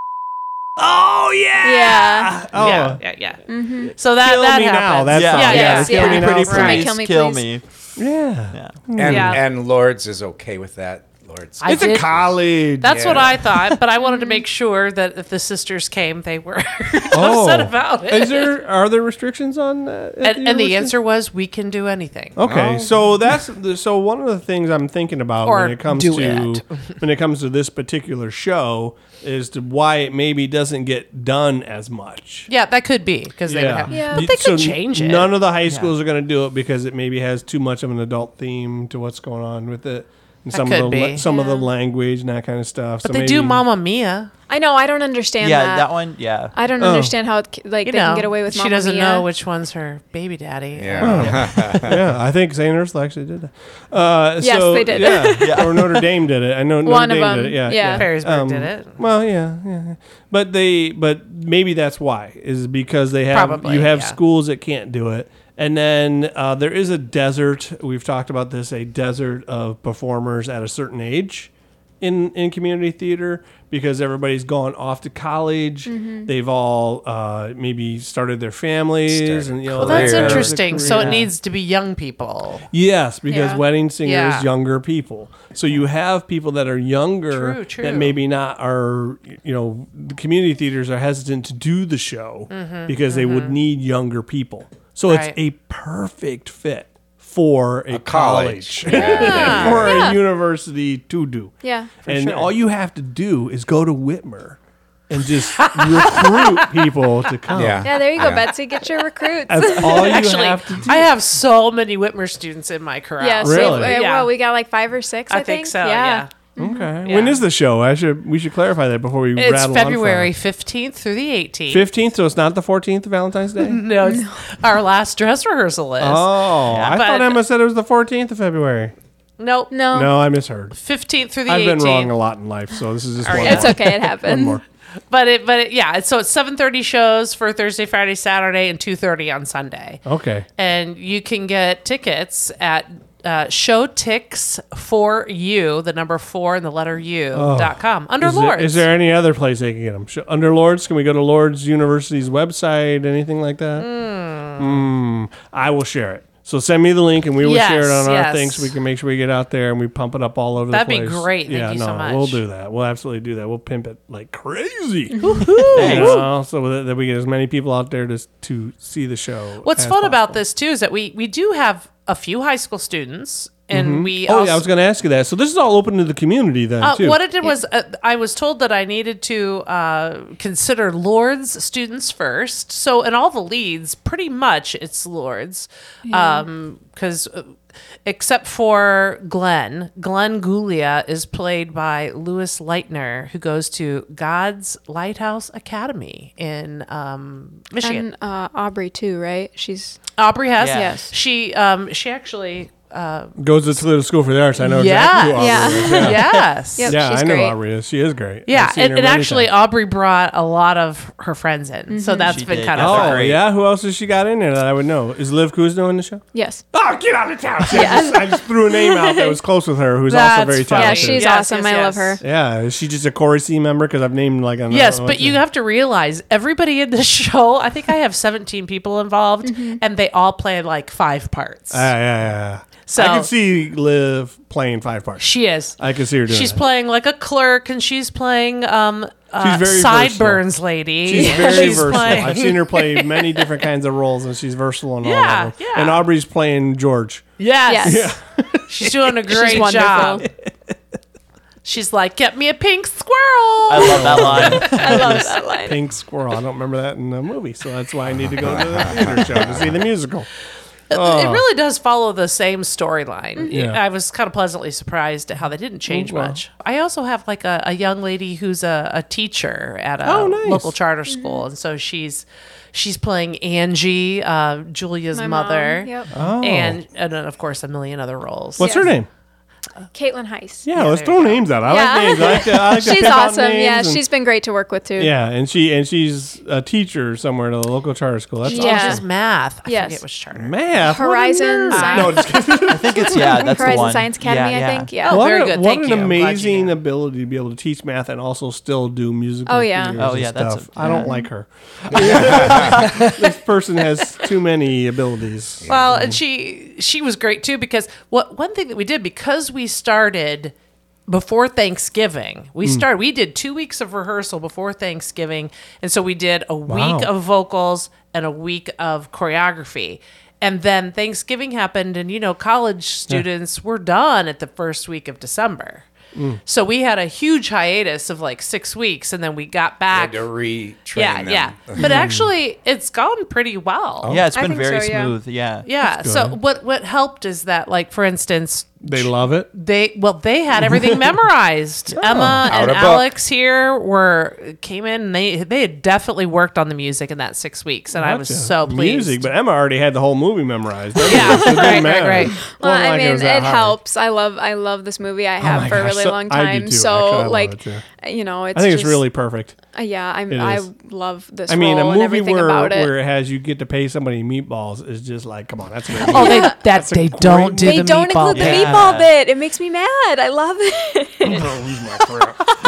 Speaker 1: Oh yeah.
Speaker 4: Yeah. Mm-hmm.
Speaker 1: Oh.
Speaker 3: Yeah, yeah, yeah. So that
Speaker 1: Kill
Speaker 3: that
Speaker 1: me
Speaker 3: happens.
Speaker 1: now. That's
Speaker 5: Yeah.
Speaker 1: yeah.
Speaker 4: Yeah,
Speaker 1: Yeah.
Speaker 4: yes, yeah.
Speaker 1: Kill me now.
Speaker 5: Pretty
Speaker 1: song.
Speaker 5: please,
Speaker 4: Kill me,
Speaker 5: kill
Speaker 4: please.
Speaker 5: me.
Speaker 1: Yeah.
Speaker 5: Yeah.
Speaker 2: And
Speaker 3: Mm. Yeah.
Speaker 2: and Lords is okay with that. Lords.
Speaker 3: I
Speaker 1: it's a
Speaker 3: did-
Speaker 1: college.
Speaker 3: That's what
Speaker 2: Yeah.
Speaker 3: I thought, but I
Speaker 1: (laughs)
Speaker 3: wanted to make sure that if the sisters came, they were (laughs) upset about it.
Speaker 1: Oh. Is there are there restrictions on? Uh, at
Speaker 3: and, and the
Speaker 1: university?
Speaker 3: answer was, we can do anything.
Speaker 1: Okay, so that's the, so one of the things I'm thinking about
Speaker 3: Or
Speaker 1: when it comes
Speaker 3: do
Speaker 1: to (laughs) when it comes to this particular show is to why it maybe doesn't get done as much.
Speaker 3: Yeah, that could be because they would have.
Speaker 4: Yeah.
Speaker 3: But they could change it.
Speaker 1: None of the high schools are going to do it because it maybe has too much of an adult theme to what's going on with it. And
Speaker 3: That
Speaker 1: some
Speaker 3: could
Speaker 1: of the la-
Speaker 3: be.
Speaker 1: some of the language and that kind of stuff.
Speaker 3: but
Speaker 1: so
Speaker 3: they
Speaker 1: maybe,
Speaker 3: do Mamma Mia.
Speaker 4: I know. I don't understand
Speaker 5: Yeah,
Speaker 4: that.
Speaker 5: that one. Yeah.
Speaker 4: I
Speaker 1: Oh.
Speaker 4: don't understand how it, c- like
Speaker 3: You
Speaker 4: they
Speaker 3: know,
Speaker 4: can get away with.
Speaker 3: she
Speaker 4: Mamma
Speaker 3: doesn't
Speaker 4: Mia.
Speaker 3: know which one's her baby daddy.
Speaker 2: yeah.
Speaker 1: yeah, I think St. Ursula actually did that. Uh,
Speaker 4: Yes,
Speaker 1: so,
Speaker 4: they did.
Speaker 1: Yeah. Or Notre Dame did it. I know Notre
Speaker 4: One of
Speaker 1: Dame
Speaker 4: them,
Speaker 1: did it. Yeah,
Speaker 4: yeah.
Speaker 1: yeah.
Speaker 3: Perrysburg
Speaker 1: Um,
Speaker 3: did it.
Speaker 1: Well, yeah, yeah, yeah. But they, but maybe that's why is because they have
Speaker 3: Probably,
Speaker 1: you have
Speaker 3: yeah.
Speaker 1: schools that can't do it, and then uh, there is a desert. We've talked about this, a desert of performers at a certain age. In, in community theater because everybody's gone off to college they've all uh, maybe started their families
Speaker 2: Started
Speaker 1: and you know
Speaker 3: Well, that's
Speaker 1: their-
Speaker 2: Career.
Speaker 3: interesting. So it
Speaker 1: Yeah.
Speaker 3: needs to be young people.
Speaker 1: Yes, because
Speaker 4: Yeah.
Speaker 1: wedding singers
Speaker 3: Yeah.
Speaker 1: younger people. So you have people that are younger
Speaker 3: True, true.
Speaker 1: that maybe not are you know the community theaters are hesitant to do the show because they would need younger people. So
Speaker 3: Mm-hmm, Right.
Speaker 1: it's a perfect fit for a, college, (laughs)
Speaker 2: College. (laughs) Yeah.
Speaker 1: or a university to do.
Speaker 4: Yeah.
Speaker 1: and all you have to do is go to Whitmer and just (laughs) recruit people to come.
Speaker 3: (laughs)
Speaker 2: Yeah.
Speaker 4: Yeah, there you go, Betsy. Get your recruits.
Speaker 1: That's all you
Speaker 3: Actually,
Speaker 1: have to do.
Speaker 3: I have so many Whitmer students in my corral.
Speaker 4: (laughs) yeah. So
Speaker 1: Really?
Speaker 3: Yeah.
Speaker 4: uh, Well, we got like five or six. I,
Speaker 3: I think so. Mm-hmm. Yeah.
Speaker 1: Okay. When is the show? I should we should clarify that before we
Speaker 3: It's
Speaker 1: rattle on from
Speaker 3: February 15th through the 18th.
Speaker 1: Fifteenth, so it's not the fourteenth, Valentine's Day.
Speaker 3: no, it's our last dress rehearsal is.
Speaker 1: Oh, I
Speaker 3: but-
Speaker 1: thought Emma said it was the fourteenth of February.
Speaker 3: nope.
Speaker 4: No.
Speaker 1: No, I misheard.
Speaker 3: 15th through the
Speaker 1: I've
Speaker 3: 18th.
Speaker 1: been wrong a lot in life, so this is just one.
Speaker 3: right.
Speaker 1: more.
Speaker 4: It's okay.
Speaker 1: (laughs)
Speaker 4: It
Speaker 1: One
Speaker 4: happened.
Speaker 1: more.
Speaker 3: But it but it, yeah, so it's 7:30 shows for Thursday, Friday, Saturday and 2:30 on Sunday.
Speaker 1: Okay.
Speaker 3: and you can get tickets at uh, showtix for you the number four and the letter u dot com
Speaker 1: Oh.
Speaker 3: under
Speaker 1: Is there,
Speaker 3: lords
Speaker 1: is there any other place they can get them? Sh- Under Lords, can we go to Lords University's website? Anything like that? Mm.
Speaker 3: Hmm.
Speaker 1: I will share it. So send me the link, and we will
Speaker 3: Yes,
Speaker 1: share it on our
Speaker 3: yes.
Speaker 1: thing, so we can make sure we get out there and we pump it up all over
Speaker 3: That'd
Speaker 1: the
Speaker 3: be
Speaker 1: place.
Speaker 3: great. Thank
Speaker 1: yeah,
Speaker 3: you
Speaker 1: no,
Speaker 3: so much.
Speaker 1: we'll do that. We'll absolutely do that. We'll pimp it like crazy. You
Speaker 5: Thanks.
Speaker 1: know, so that, that we get as many people out there to s- to see the show.
Speaker 3: what's
Speaker 1: as
Speaker 3: fun about
Speaker 1: possible.
Speaker 3: this too is that we we do have a few high school students and we
Speaker 1: Oh
Speaker 3: also,
Speaker 1: yeah, I was going to ask you that. So this is all open to the community then
Speaker 3: uh,
Speaker 1: too.
Speaker 3: what it did was uh, I was told that I needed to uh, consider Lords students first. So in all the leads, pretty much it's Lords, because except for Glenn, Glenn Gulia is played by Lewis Leitner, who goes to God's Lighthouse Academy in um, Michigan.
Speaker 4: And uh, Aubrey too, right? She's
Speaker 3: Aubrey Hess.
Speaker 5: Yeah.
Speaker 4: Yes.
Speaker 3: She um she actually uh,
Speaker 1: Goes to the school for the arts. I know exactly who Aubrey
Speaker 3: (laughs)
Speaker 4: Yeah.
Speaker 1: is.
Speaker 3: yes.
Speaker 4: Yep.
Speaker 1: Yeah,
Speaker 4: she's
Speaker 1: I know
Speaker 4: great.
Speaker 1: Aubrey is. She is great.
Speaker 3: Yeah,
Speaker 1: I've seen
Speaker 3: and,
Speaker 1: her
Speaker 3: and
Speaker 1: many
Speaker 3: actually,
Speaker 1: times.
Speaker 3: Aubrey brought a lot of her friends in, so
Speaker 4: Mm-hmm.
Speaker 3: that's
Speaker 5: She
Speaker 3: been
Speaker 5: did.
Speaker 3: kind of
Speaker 5: Oh,
Speaker 1: Oh
Speaker 3: fun.
Speaker 5: great.
Speaker 1: yeah, who else has she got in there that I would know? Is Liv Kuzno in the show?
Speaker 4: Yes.
Speaker 1: Oh, get out of town!
Speaker 3: (laughs)
Speaker 1: See, I, just, I just threw a name out that was close with her, who's also
Speaker 3: That's
Speaker 1: very
Speaker 3: funny.
Speaker 4: Yeah,
Speaker 1: talented.
Speaker 4: she's
Speaker 3: Yes,
Speaker 4: awesome.
Speaker 3: yes,
Speaker 4: I love her.
Speaker 3: yes.
Speaker 1: Yeah, is she just a chorus C member? Because I've named like another
Speaker 3: Yes,
Speaker 1: one
Speaker 3: but
Speaker 1: too.
Speaker 3: you have to realize everybody in this (laughs) show. I think I have 17 people involved,
Speaker 4: Mm-hmm.
Speaker 3: and they all play like five parts.
Speaker 1: Ah, yeah, yeah, yeah.
Speaker 3: So-
Speaker 1: I can see Liv playing five parts.
Speaker 3: she is.
Speaker 1: I can see her doing.
Speaker 3: she's
Speaker 1: that.
Speaker 3: playing like a clerk, and she's playing um, uh,
Speaker 1: She's very
Speaker 3: sideburns lady. (laughs)
Speaker 1: She's very versatile.
Speaker 3: playing-
Speaker 1: I've seen her play many different kinds of roles, and she's versatile in all
Speaker 3: Yeah,
Speaker 1: of them.
Speaker 3: yeah.
Speaker 1: And Aubrey's playing George.
Speaker 3: (laughs) yes,
Speaker 4: Yes.
Speaker 3: she's doing a great
Speaker 4: (laughs) She's wonderful.
Speaker 3: job. She's like, get me a pink squirrel.
Speaker 5: I love that line.
Speaker 3: (laughs)
Speaker 4: I love that line.
Speaker 1: Pink Squirrel. I don't remember that in the movie, so that's why I need to go to the theater show to see the musical.
Speaker 3: it really does follow the same storyline.
Speaker 1: Oh. Mm-hmm. Yeah.
Speaker 3: I was kind of pleasantly surprised at how they didn't change much. I also have like a, a young lady who's a, a teacher at a
Speaker 1: Oh, nice.
Speaker 3: local charter
Speaker 4: Mm-hmm.
Speaker 3: school, and so she's she's playing Angie, uh, Julia's
Speaker 4: My mom.
Speaker 3: mother,
Speaker 4: Yep.
Speaker 1: Oh.
Speaker 3: and and then of course a million other roles.
Speaker 1: What's her name?
Speaker 4: Caitlin Heist.
Speaker 1: Yeah, let's
Speaker 3: there
Speaker 1: throw
Speaker 3: you go.
Speaker 1: names out. I
Speaker 4: Yeah.
Speaker 1: like names. I like to, I like to
Speaker 4: (laughs) She's
Speaker 1: pick out
Speaker 4: awesome.
Speaker 1: names
Speaker 4: Yeah,
Speaker 1: and-
Speaker 4: she's been great to work with too. (laughs)
Speaker 1: yeah, and she and she's a teacher somewhere at a local charter school. That's
Speaker 4: Yeah.
Speaker 3: Teaches math. I
Speaker 4: Yes.
Speaker 3: forget which charter.
Speaker 1: awesome. math. what a
Speaker 4: Horizon
Speaker 1: nerd.
Speaker 4: Science-
Speaker 1: No, just kidding.
Speaker 5: I think it's yeah. That's the
Speaker 4: Horizon
Speaker 5: one.
Speaker 4: Science Academy,
Speaker 5: Yeah,
Speaker 4: I
Speaker 5: yeah.
Speaker 4: think. Yeah.
Speaker 3: Oh,
Speaker 1: what
Speaker 3: very
Speaker 1: a-
Speaker 3: good.
Speaker 1: what
Speaker 3: Thank
Speaker 1: an
Speaker 3: you. I'm glad you
Speaker 1: amazing
Speaker 3: knew.
Speaker 1: ability to be able to teach math and also still do musical.
Speaker 4: Oh, yeah.
Speaker 1: theaters
Speaker 5: Oh,
Speaker 1: and
Speaker 5: yeah, that's
Speaker 1: stuff.
Speaker 5: a-
Speaker 1: I don't like
Speaker 5: (laughs)
Speaker 1: her. (laughs) this person has too many abilities.
Speaker 3: Well, and she she was great too because what one thing that we did because we started before Thanksgiving, we started we did two weeks of rehearsal before Thanksgiving, and so we did a
Speaker 1: Wow.
Speaker 3: week of vocals and a week of choreography. And then Thanksgiving happened, and you know, college students were done at the first week of December. So we had a huge hiatus of like six weeks, and then we got
Speaker 2: Had
Speaker 3: back.
Speaker 2: to retrain
Speaker 3: Yeah,
Speaker 2: them.
Speaker 3: yeah. But actually, it's gone pretty well.
Speaker 5: Yeah, it's
Speaker 4: I
Speaker 5: been
Speaker 4: think
Speaker 5: very
Speaker 4: so, yeah.
Speaker 5: smooth. Yeah.
Speaker 3: Yeah. So what what helped is that like for instance
Speaker 1: They love it.
Speaker 3: they well they
Speaker 1: (laughs)
Speaker 3: had everything memorized.
Speaker 1: Oh.
Speaker 3: Emma
Speaker 2: Out
Speaker 3: and
Speaker 2: of book.
Speaker 3: Alex here were came in and they they had definitely worked on the music in that six weeks and I was
Speaker 1: Gotcha.
Speaker 3: so pleased.
Speaker 1: Music, but Emma already had the whole movie
Speaker 3: (laughs)
Speaker 1: memorized.
Speaker 3: Yeah,
Speaker 1: It didn't
Speaker 3: right, right,
Speaker 1: matter.
Speaker 3: right.
Speaker 1: It wasn't
Speaker 4: Well, I
Speaker 1: like
Speaker 4: mean,
Speaker 1: was
Speaker 4: it,
Speaker 3: uh,
Speaker 1: that hard. Oh
Speaker 4: helps. I love, I love this movie. I have
Speaker 1: my
Speaker 4: for a
Speaker 1: gosh,
Speaker 4: really
Speaker 1: so-
Speaker 4: long
Speaker 1: I do
Speaker 4: time.
Speaker 1: too. Actually, I
Speaker 4: So,
Speaker 1: love it
Speaker 4: like, uh,
Speaker 1: too.
Speaker 4: you know, it's.
Speaker 1: I think it's
Speaker 4: just-
Speaker 1: really perfect.
Speaker 4: uh, yeah, I'm,
Speaker 1: It
Speaker 4: I
Speaker 1: is.
Speaker 4: love this.
Speaker 1: I mean,
Speaker 4: role
Speaker 1: a
Speaker 4: and
Speaker 1: movie
Speaker 4: everything
Speaker 1: where
Speaker 4: about it.
Speaker 1: where it has you get to pay somebody meatballs is just like, come on, that's amazing.
Speaker 3: Oh, they, that they don't do
Speaker 4: they
Speaker 3: the
Speaker 4: don't
Speaker 3: meatball
Speaker 4: include the
Speaker 5: bit.
Speaker 4: meatball
Speaker 5: Yeah.
Speaker 4: bit. It makes me mad. I love it. (laughs)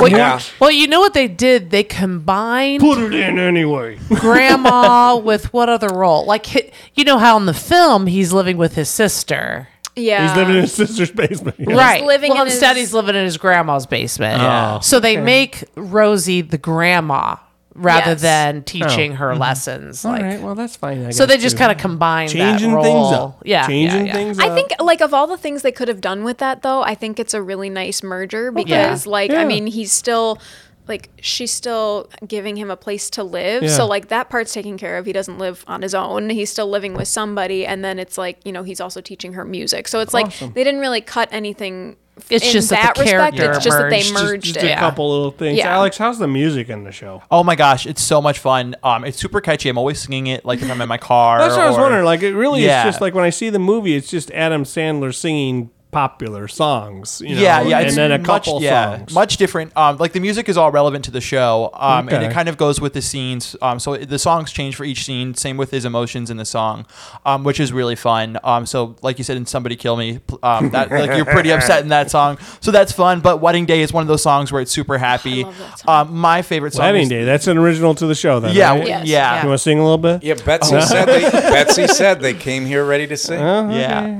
Speaker 2: yeah.
Speaker 3: Well, you know what they did? They combined
Speaker 1: Put it in anyway. (laughs)
Speaker 3: grandma with what other role? Like hi- you know how in the film he's living with his sister.
Speaker 4: yeah,
Speaker 1: He's living in his sister's basement. Yeah. (laughs)
Speaker 3: right.
Speaker 4: living
Speaker 3: well,
Speaker 4: in
Speaker 3: instead
Speaker 4: his-
Speaker 3: he's living in his grandma's basement.
Speaker 1: Yeah.
Speaker 3: So they make Rosie the grandma rather
Speaker 4: Yes.
Speaker 3: than teaching her lessons.
Speaker 1: Oh. Mm-hmm. All
Speaker 3: Like,
Speaker 1: right, well, that's fine. I
Speaker 3: so they
Speaker 1: guess,
Speaker 3: just
Speaker 1: too.
Speaker 3: kind of combine
Speaker 1: changing
Speaker 3: that role.
Speaker 1: things up.
Speaker 3: Yeah,
Speaker 1: changing
Speaker 3: yeah, yeah.
Speaker 1: things.
Speaker 4: I
Speaker 1: up.
Speaker 4: think like of all the things they could have done with that though, I think it's a really nice merger because like
Speaker 1: Yeah.
Speaker 4: I mean he's still like she's still giving him a place to live.
Speaker 1: Yeah.
Speaker 4: So like that part's taken care of. He doesn't live on his own. He's still living with somebody and then it's like, you know, he's also teaching her music. So it's
Speaker 1: Awesome.
Speaker 4: like they didn't really cut anything
Speaker 3: It's
Speaker 4: in
Speaker 3: just that
Speaker 4: that
Speaker 3: the
Speaker 4: respect.
Speaker 3: character
Speaker 4: It's just that they
Speaker 3: merged.
Speaker 1: Just-
Speaker 4: merged
Speaker 1: just,
Speaker 4: it.
Speaker 1: a couple little things.
Speaker 4: Yeah.
Speaker 1: Alex, how's the music in the show?
Speaker 5: Oh my gosh, it's so much fun. Um, it's super catchy. I'm always singing it like if I'm in my car.
Speaker 1: That's what I was
Speaker 5: or-
Speaker 1: wondering. Like, it really
Speaker 5: Yeah.
Speaker 1: is just like when I see the movie, it's just Adam Sandler singing popular songs. You know?
Speaker 5: yeah, yeah,
Speaker 1: and
Speaker 5: it's
Speaker 1: then a
Speaker 5: much,
Speaker 1: couple
Speaker 5: yeah,
Speaker 1: songs.
Speaker 5: much different. Um, like the music is all relevant to the show, um, and
Speaker 1: Okay.
Speaker 5: it kind of goes with the scenes. Um, so the songs change for each scene. Same with his emotions in the song, um, which is really fun. Um, so like you said in "Somebody Kill Me," pl- um, that like you're pretty upset in that song, so that's fun. But "Wedding Day" is one of those songs where it's super happy.
Speaker 4: love that
Speaker 5: Um, my favorite song.
Speaker 1: Wedding
Speaker 5: is-
Speaker 1: Day. That's an original to the show. Then,
Speaker 5: Yeah,
Speaker 1: right?
Speaker 5: w-
Speaker 4: Yes.
Speaker 5: yeah,
Speaker 1: You want to sing a little bit?
Speaker 2: Yeah, Betsy said they Betsy said they came here ready to sing.
Speaker 5: yeah.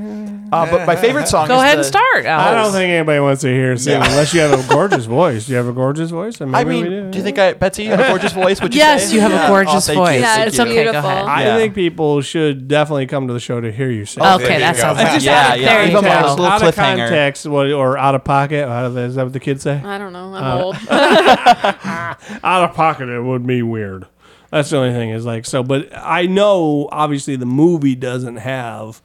Speaker 5: Uh, but my favorite song.
Speaker 3: Go
Speaker 5: is
Speaker 3: ahead
Speaker 5: the-
Speaker 3: and start.
Speaker 1: I
Speaker 3: Alex.
Speaker 1: don't think anybody wants to hear sing
Speaker 2: Yeah.
Speaker 1: unless you
Speaker 5: (laughs)
Speaker 1: have a gorgeous voice. Do you have a gorgeous voice?
Speaker 5: I
Speaker 1: maybe we
Speaker 5: mean, do you think I, Betsy, you have a gorgeous voice? Would you
Speaker 3: Yes,
Speaker 5: say?
Speaker 3: you have
Speaker 5: Yeah.
Speaker 3: a
Speaker 5: Oh,
Speaker 3: gorgeous
Speaker 5: thank you,
Speaker 3: voice.
Speaker 4: Yeah,
Speaker 5: thank
Speaker 4: it's
Speaker 5: you.
Speaker 3: okay. Go
Speaker 4: beautiful.
Speaker 3: ahead.
Speaker 1: I
Speaker 5: Yeah.
Speaker 1: think people should definitely come to the show to hear you sing.
Speaker 2: Oh,
Speaker 3: okay,
Speaker 2: there
Speaker 3: that
Speaker 2: you go.
Speaker 3: sounds
Speaker 2: I
Speaker 3: like
Speaker 2: just-
Speaker 5: Yeah,
Speaker 3: There
Speaker 5: yeah.
Speaker 3: you
Speaker 5: Leave 'em
Speaker 3: go.
Speaker 5: on a little
Speaker 1: out of
Speaker 5: cliffhanger.
Speaker 1: context what, or out of pocket. Out of, is that what the kids say?
Speaker 3: Uh,
Speaker 4: I don't know.
Speaker 1: Uh,
Speaker 4: I'm old.
Speaker 1: out of pocket it would be weird that's the only thing is like so but i know obviously the movie doesn't have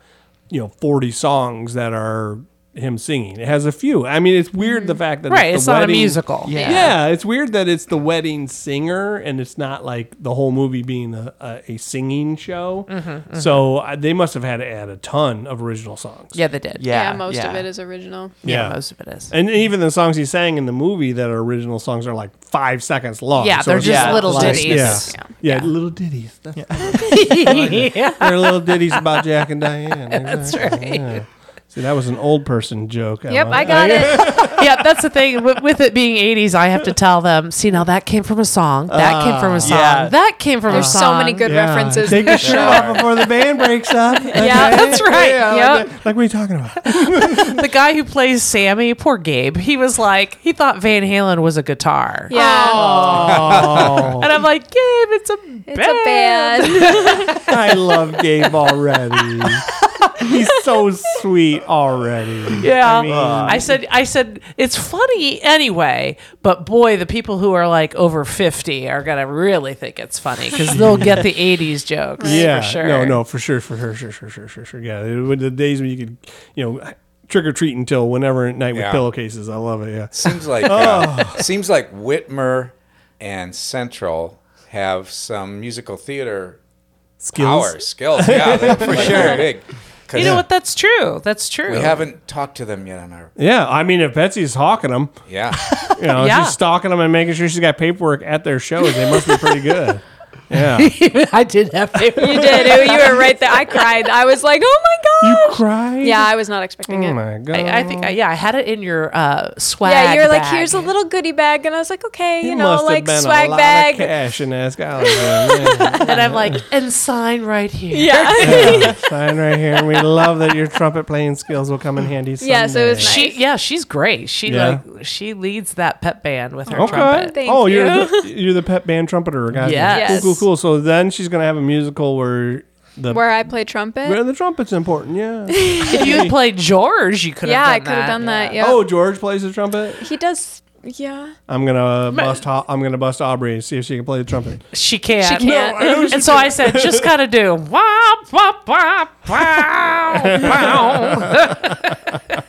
Speaker 1: you know 40 songs that are him singing. It has a few. I mean, it's weird the fact that
Speaker 3: Right,
Speaker 1: the
Speaker 3: it's not a
Speaker 1: wedding-
Speaker 3: musical.
Speaker 5: Yeah.
Speaker 1: Yeah, it's weird that it's the wedding singer and it's not like the whole movie being a, a, a singing show.
Speaker 3: Mm-hmm,
Speaker 1: So I, they must have had to add a ton of original songs.
Speaker 3: Yeah, they did.
Speaker 5: Yeah,
Speaker 4: most of
Speaker 5: yeah.
Speaker 4: it is original.
Speaker 3: Yeah,
Speaker 1: Yeah.
Speaker 3: most of
Speaker 1: (laughs)
Speaker 3: it is. (laughs)
Speaker 1: And even the songs he sang in the movie that are original songs are like five seconds long.
Speaker 3: Yeah,
Speaker 1: So
Speaker 3: they're
Speaker 1: it's
Speaker 3: just
Speaker 1: not
Speaker 3: little
Speaker 1: like-
Speaker 3: ditties.
Speaker 1: Yeah. Yeah. little ditties. That's
Speaker 3: yeah.
Speaker 1: They're little ditties about Jack and Diane.
Speaker 3: (laughs)
Speaker 1: That's right. See, that was an old person joke.
Speaker 4: Yep,
Speaker 1: Emma.
Speaker 4: I got (laughs) it.
Speaker 3: yeah, that's the thing. With, with it being 80s, I have to tell them, see, now that came from a song. That came from a song.
Speaker 5: yeah.
Speaker 3: That came from a
Speaker 4: Uh, There's
Speaker 3: song.
Speaker 4: so
Speaker 3: (laughs)
Speaker 4: many
Speaker 1: (laughs)
Speaker 4: good
Speaker 1: Yeah,
Speaker 4: references.
Speaker 1: Take your shirt
Speaker 4: (laughs)
Speaker 1: off before the band breaks up.
Speaker 4: Yeah,
Speaker 1: okay?
Speaker 4: that's right.
Speaker 1: like
Speaker 4: Yep.
Speaker 1: that. Like, what are you talking about?
Speaker 3: The guy who plays Sammy, poor Gabe, he was like, he thought Van Halen was a guitar.
Speaker 4: Yeah,
Speaker 1: Oh,
Speaker 3: And I'm like, Gabe, it's a band.
Speaker 4: it's a band.
Speaker 1: I love Gabe already. He's so sweet already.
Speaker 3: Yeah.
Speaker 1: I mean-
Speaker 4: Uh.
Speaker 3: I said, I said, it's funny anyway, but boy, the people who are like over 50 are going to really think it's funny because they'll get the 80s jokes.
Speaker 1: yeah,
Speaker 3: For sure.
Speaker 1: No, no, for sure, for sure, sure, sure, sure, sure, sure. Yeah, it, was the days when you could, you know, trick or treat until whenever at night with
Speaker 2: Yeah.
Speaker 1: pillowcases. I love it. Yeah.
Speaker 2: Seems like uh, seems like Whitmer and Central have some musical theater
Speaker 1: Skills?
Speaker 2: power skills. Yeah, they're for sure big. 'Cause
Speaker 3: You know what? That's true. That's true.
Speaker 2: We (laughs)
Speaker 3: (laughs)
Speaker 2: haven't talked to them yet on our.
Speaker 1: Yeah, I mean, if Betsy's hawking them,
Speaker 2: Yeah,
Speaker 1: you know,
Speaker 3: Yeah.
Speaker 1: she's stalking them and making sure she's got paperwork at their shows. They must be pretty good. Yeah, (laughs)
Speaker 3: I did have paper.
Speaker 4: You did. It- You were right there. I cried. I was like, oh my
Speaker 1: you
Speaker 4: god.
Speaker 1: cried.
Speaker 4: Yeah, I was not expecting
Speaker 1: Oh
Speaker 4: it.
Speaker 1: my god.
Speaker 3: (laughs) I, I think, I, yeah, I had it in your uh, swag.
Speaker 4: Yeah, you were like,
Speaker 3: bag.
Speaker 4: here's a little goodie bag, and I was like, okay, you
Speaker 1: It
Speaker 4: know,
Speaker 1: must
Speaker 4: like
Speaker 1: have been
Speaker 4: swag
Speaker 1: a lot
Speaker 4: bag.
Speaker 1: Of cash in that scholarship. Yeah.
Speaker 3: (laughs) and I'm like, and sign right here.
Speaker 4: (laughs) (laughs) Yeah.
Speaker 1: Yeah, Sign right here. And we love that your trumpet playing skills will come in handy. Someday.
Speaker 4: Yes, it was nice.
Speaker 3: She, yeah, she's great. She
Speaker 1: Yeah.
Speaker 3: like, she leads that pep band with her
Speaker 1: Okay.
Speaker 3: trumpet.
Speaker 4: Thank
Speaker 1: oh,
Speaker 4: you.
Speaker 1: are
Speaker 4: (laughs)
Speaker 1: the, you're the pet band trumpeter guy. Cool,
Speaker 3: Yes.
Speaker 1: cool, cool. So then she's gonna have a musical where the
Speaker 4: Where I play trumpet.
Speaker 1: where the trumpet's important.
Speaker 4: (laughs)
Speaker 1: Yeah.
Speaker 3: If you had played George, you could
Speaker 4: yeah, I
Speaker 3: have
Speaker 4: could have done that. Yeah.
Speaker 1: oh, George plays the trumpet.
Speaker 4: he does. Yeah.
Speaker 1: I'm gonna bust. Au- I'm gonna bust Aubrey and see if she can play the trumpet.
Speaker 3: She can't.
Speaker 4: She can't. No, I
Speaker 3: and so I said, just gotta do wop wop wop wow wow.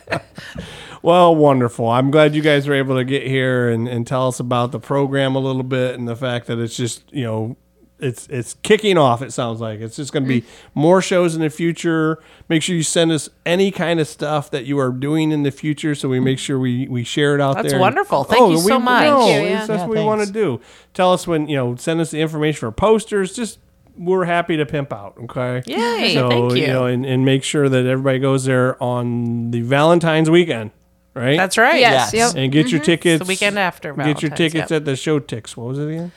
Speaker 1: Well, wonderful. I'm glad you guys were able to get here and, and tell us about the program a little bit and the fact that it's just, you know, it's it's kicking off, it sounds like. It's just gonna be more shows in the future. Make sure you send us any kind of stuff that you are doing in the future so we make sure we, we share it out
Speaker 3: That's
Speaker 1: there.
Speaker 3: wonderful. Thank you so much.
Speaker 1: no,
Speaker 4: Thank you,
Speaker 1: it's-
Speaker 4: yeah.
Speaker 1: That's
Speaker 5: Yeah,
Speaker 1: what we want to
Speaker 5: thanks.
Speaker 1: do. Tell us when, you know, send us the information for posters, just we're happy to pimp out, okay?
Speaker 3: Yay,
Speaker 1: So,
Speaker 3: thank you.
Speaker 1: know, and, and make sure that everybody goes there on the Valentine's weekend, right?
Speaker 3: That's right. Mm-hmm.
Speaker 4: Yes.
Speaker 5: Yes.
Speaker 4: Yep.
Speaker 1: And get your tickets.
Speaker 3: The weekend after
Speaker 1: Get your
Speaker 3: Valentine's,
Speaker 1: tickets
Speaker 3: yep.
Speaker 1: at the show ticks. What was it again?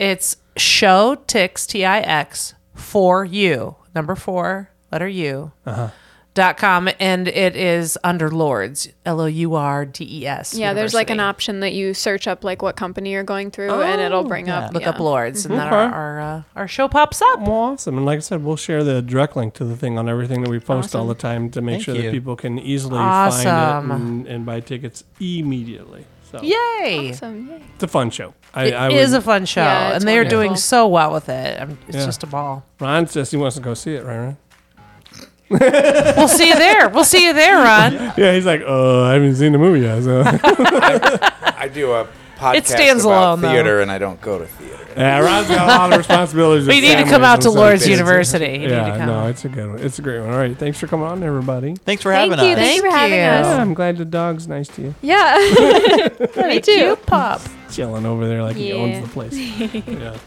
Speaker 3: It's show tix t i x for you number four letter u
Speaker 1: Uh-huh.
Speaker 3: dot com and it is under Lords L O U R D E S.
Speaker 4: Yeah. There's like an
Speaker 3: University.
Speaker 4: option that you search up like what company you're going through, and it'll bring up.
Speaker 3: look
Speaker 4: yeah.
Speaker 3: up Lords and then our our, uh, our show pops up.
Speaker 1: Well, awesome. And like I said, we'll share the direct link to the thing on everything that we post all the time to make
Speaker 5: Thank
Speaker 1: sure that
Speaker 5: you.
Speaker 1: people can easily
Speaker 3: Awesome.
Speaker 1: find it and, and buy tickets immediately. So
Speaker 3: Yay!
Speaker 4: Awesome, yay.
Speaker 1: it's a fun show. I,
Speaker 3: It
Speaker 1: I
Speaker 3: is
Speaker 1: would,
Speaker 3: a fun show,
Speaker 4: Yeah, it's
Speaker 3: and they are doing
Speaker 4: wonderful.
Speaker 3: so well with it. I'm, it's
Speaker 1: Yeah.
Speaker 3: just a ball.
Speaker 1: Ron says he wants to go see it, right? Ron?
Speaker 3: We'll see you there. We'll see
Speaker 1: (laughs)
Speaker 3: you there, Ron.
Speaker 1: Yeah, he's like, uh, I haven't seen the movie yet. So. (laughs)
Speaker 2: I do
Speaker 3: (laughs)
Speaker 2: a podcast
Speaker 3: stands
Speaker 2: about
Speaker 3: alone, though.
Speaker 2: theater, and I don't go to theater.
Speaker 1: yeah, Ron's got a lot of responsibilities.
Speaker 3: We
Speaker 1: with
Speaker 3: need to come
Speaker 1: families
Speaker 3: out
Speaker 1: and
Speaker 3: to
Speaker 1: stuff.
Speaker 3: Lord's
Speaker 2: things.
Speaker 3: University. You need to
Speaker 1: Yeah,
Speaker 3: come.
Speaker 1: no, it's a good one. It's a great one. All right, thanks for coming on, everybody.
Speaker 5: Thanks for
Speaker 4: Thank
Speaker 5: having
Speaker 4: you.
Speaker 5: us.
Speaker 4: Thank you for
Speaker 3: Thank
Speaker 4: having
Speaker 3: you.
Speaker 1: Yeah, (laughs)
Speaker 4: us.
Speaker 1: I'm glad the dog's nice to you.
Speaker 4: Yeah. (laughs) Me too.
Speaker 3: Pop.
Speaker 1: Chilling over there like he
Speaker 3: (laughs)
Speaker 4: Yeah.
Speaker 1: owns the place. yeah.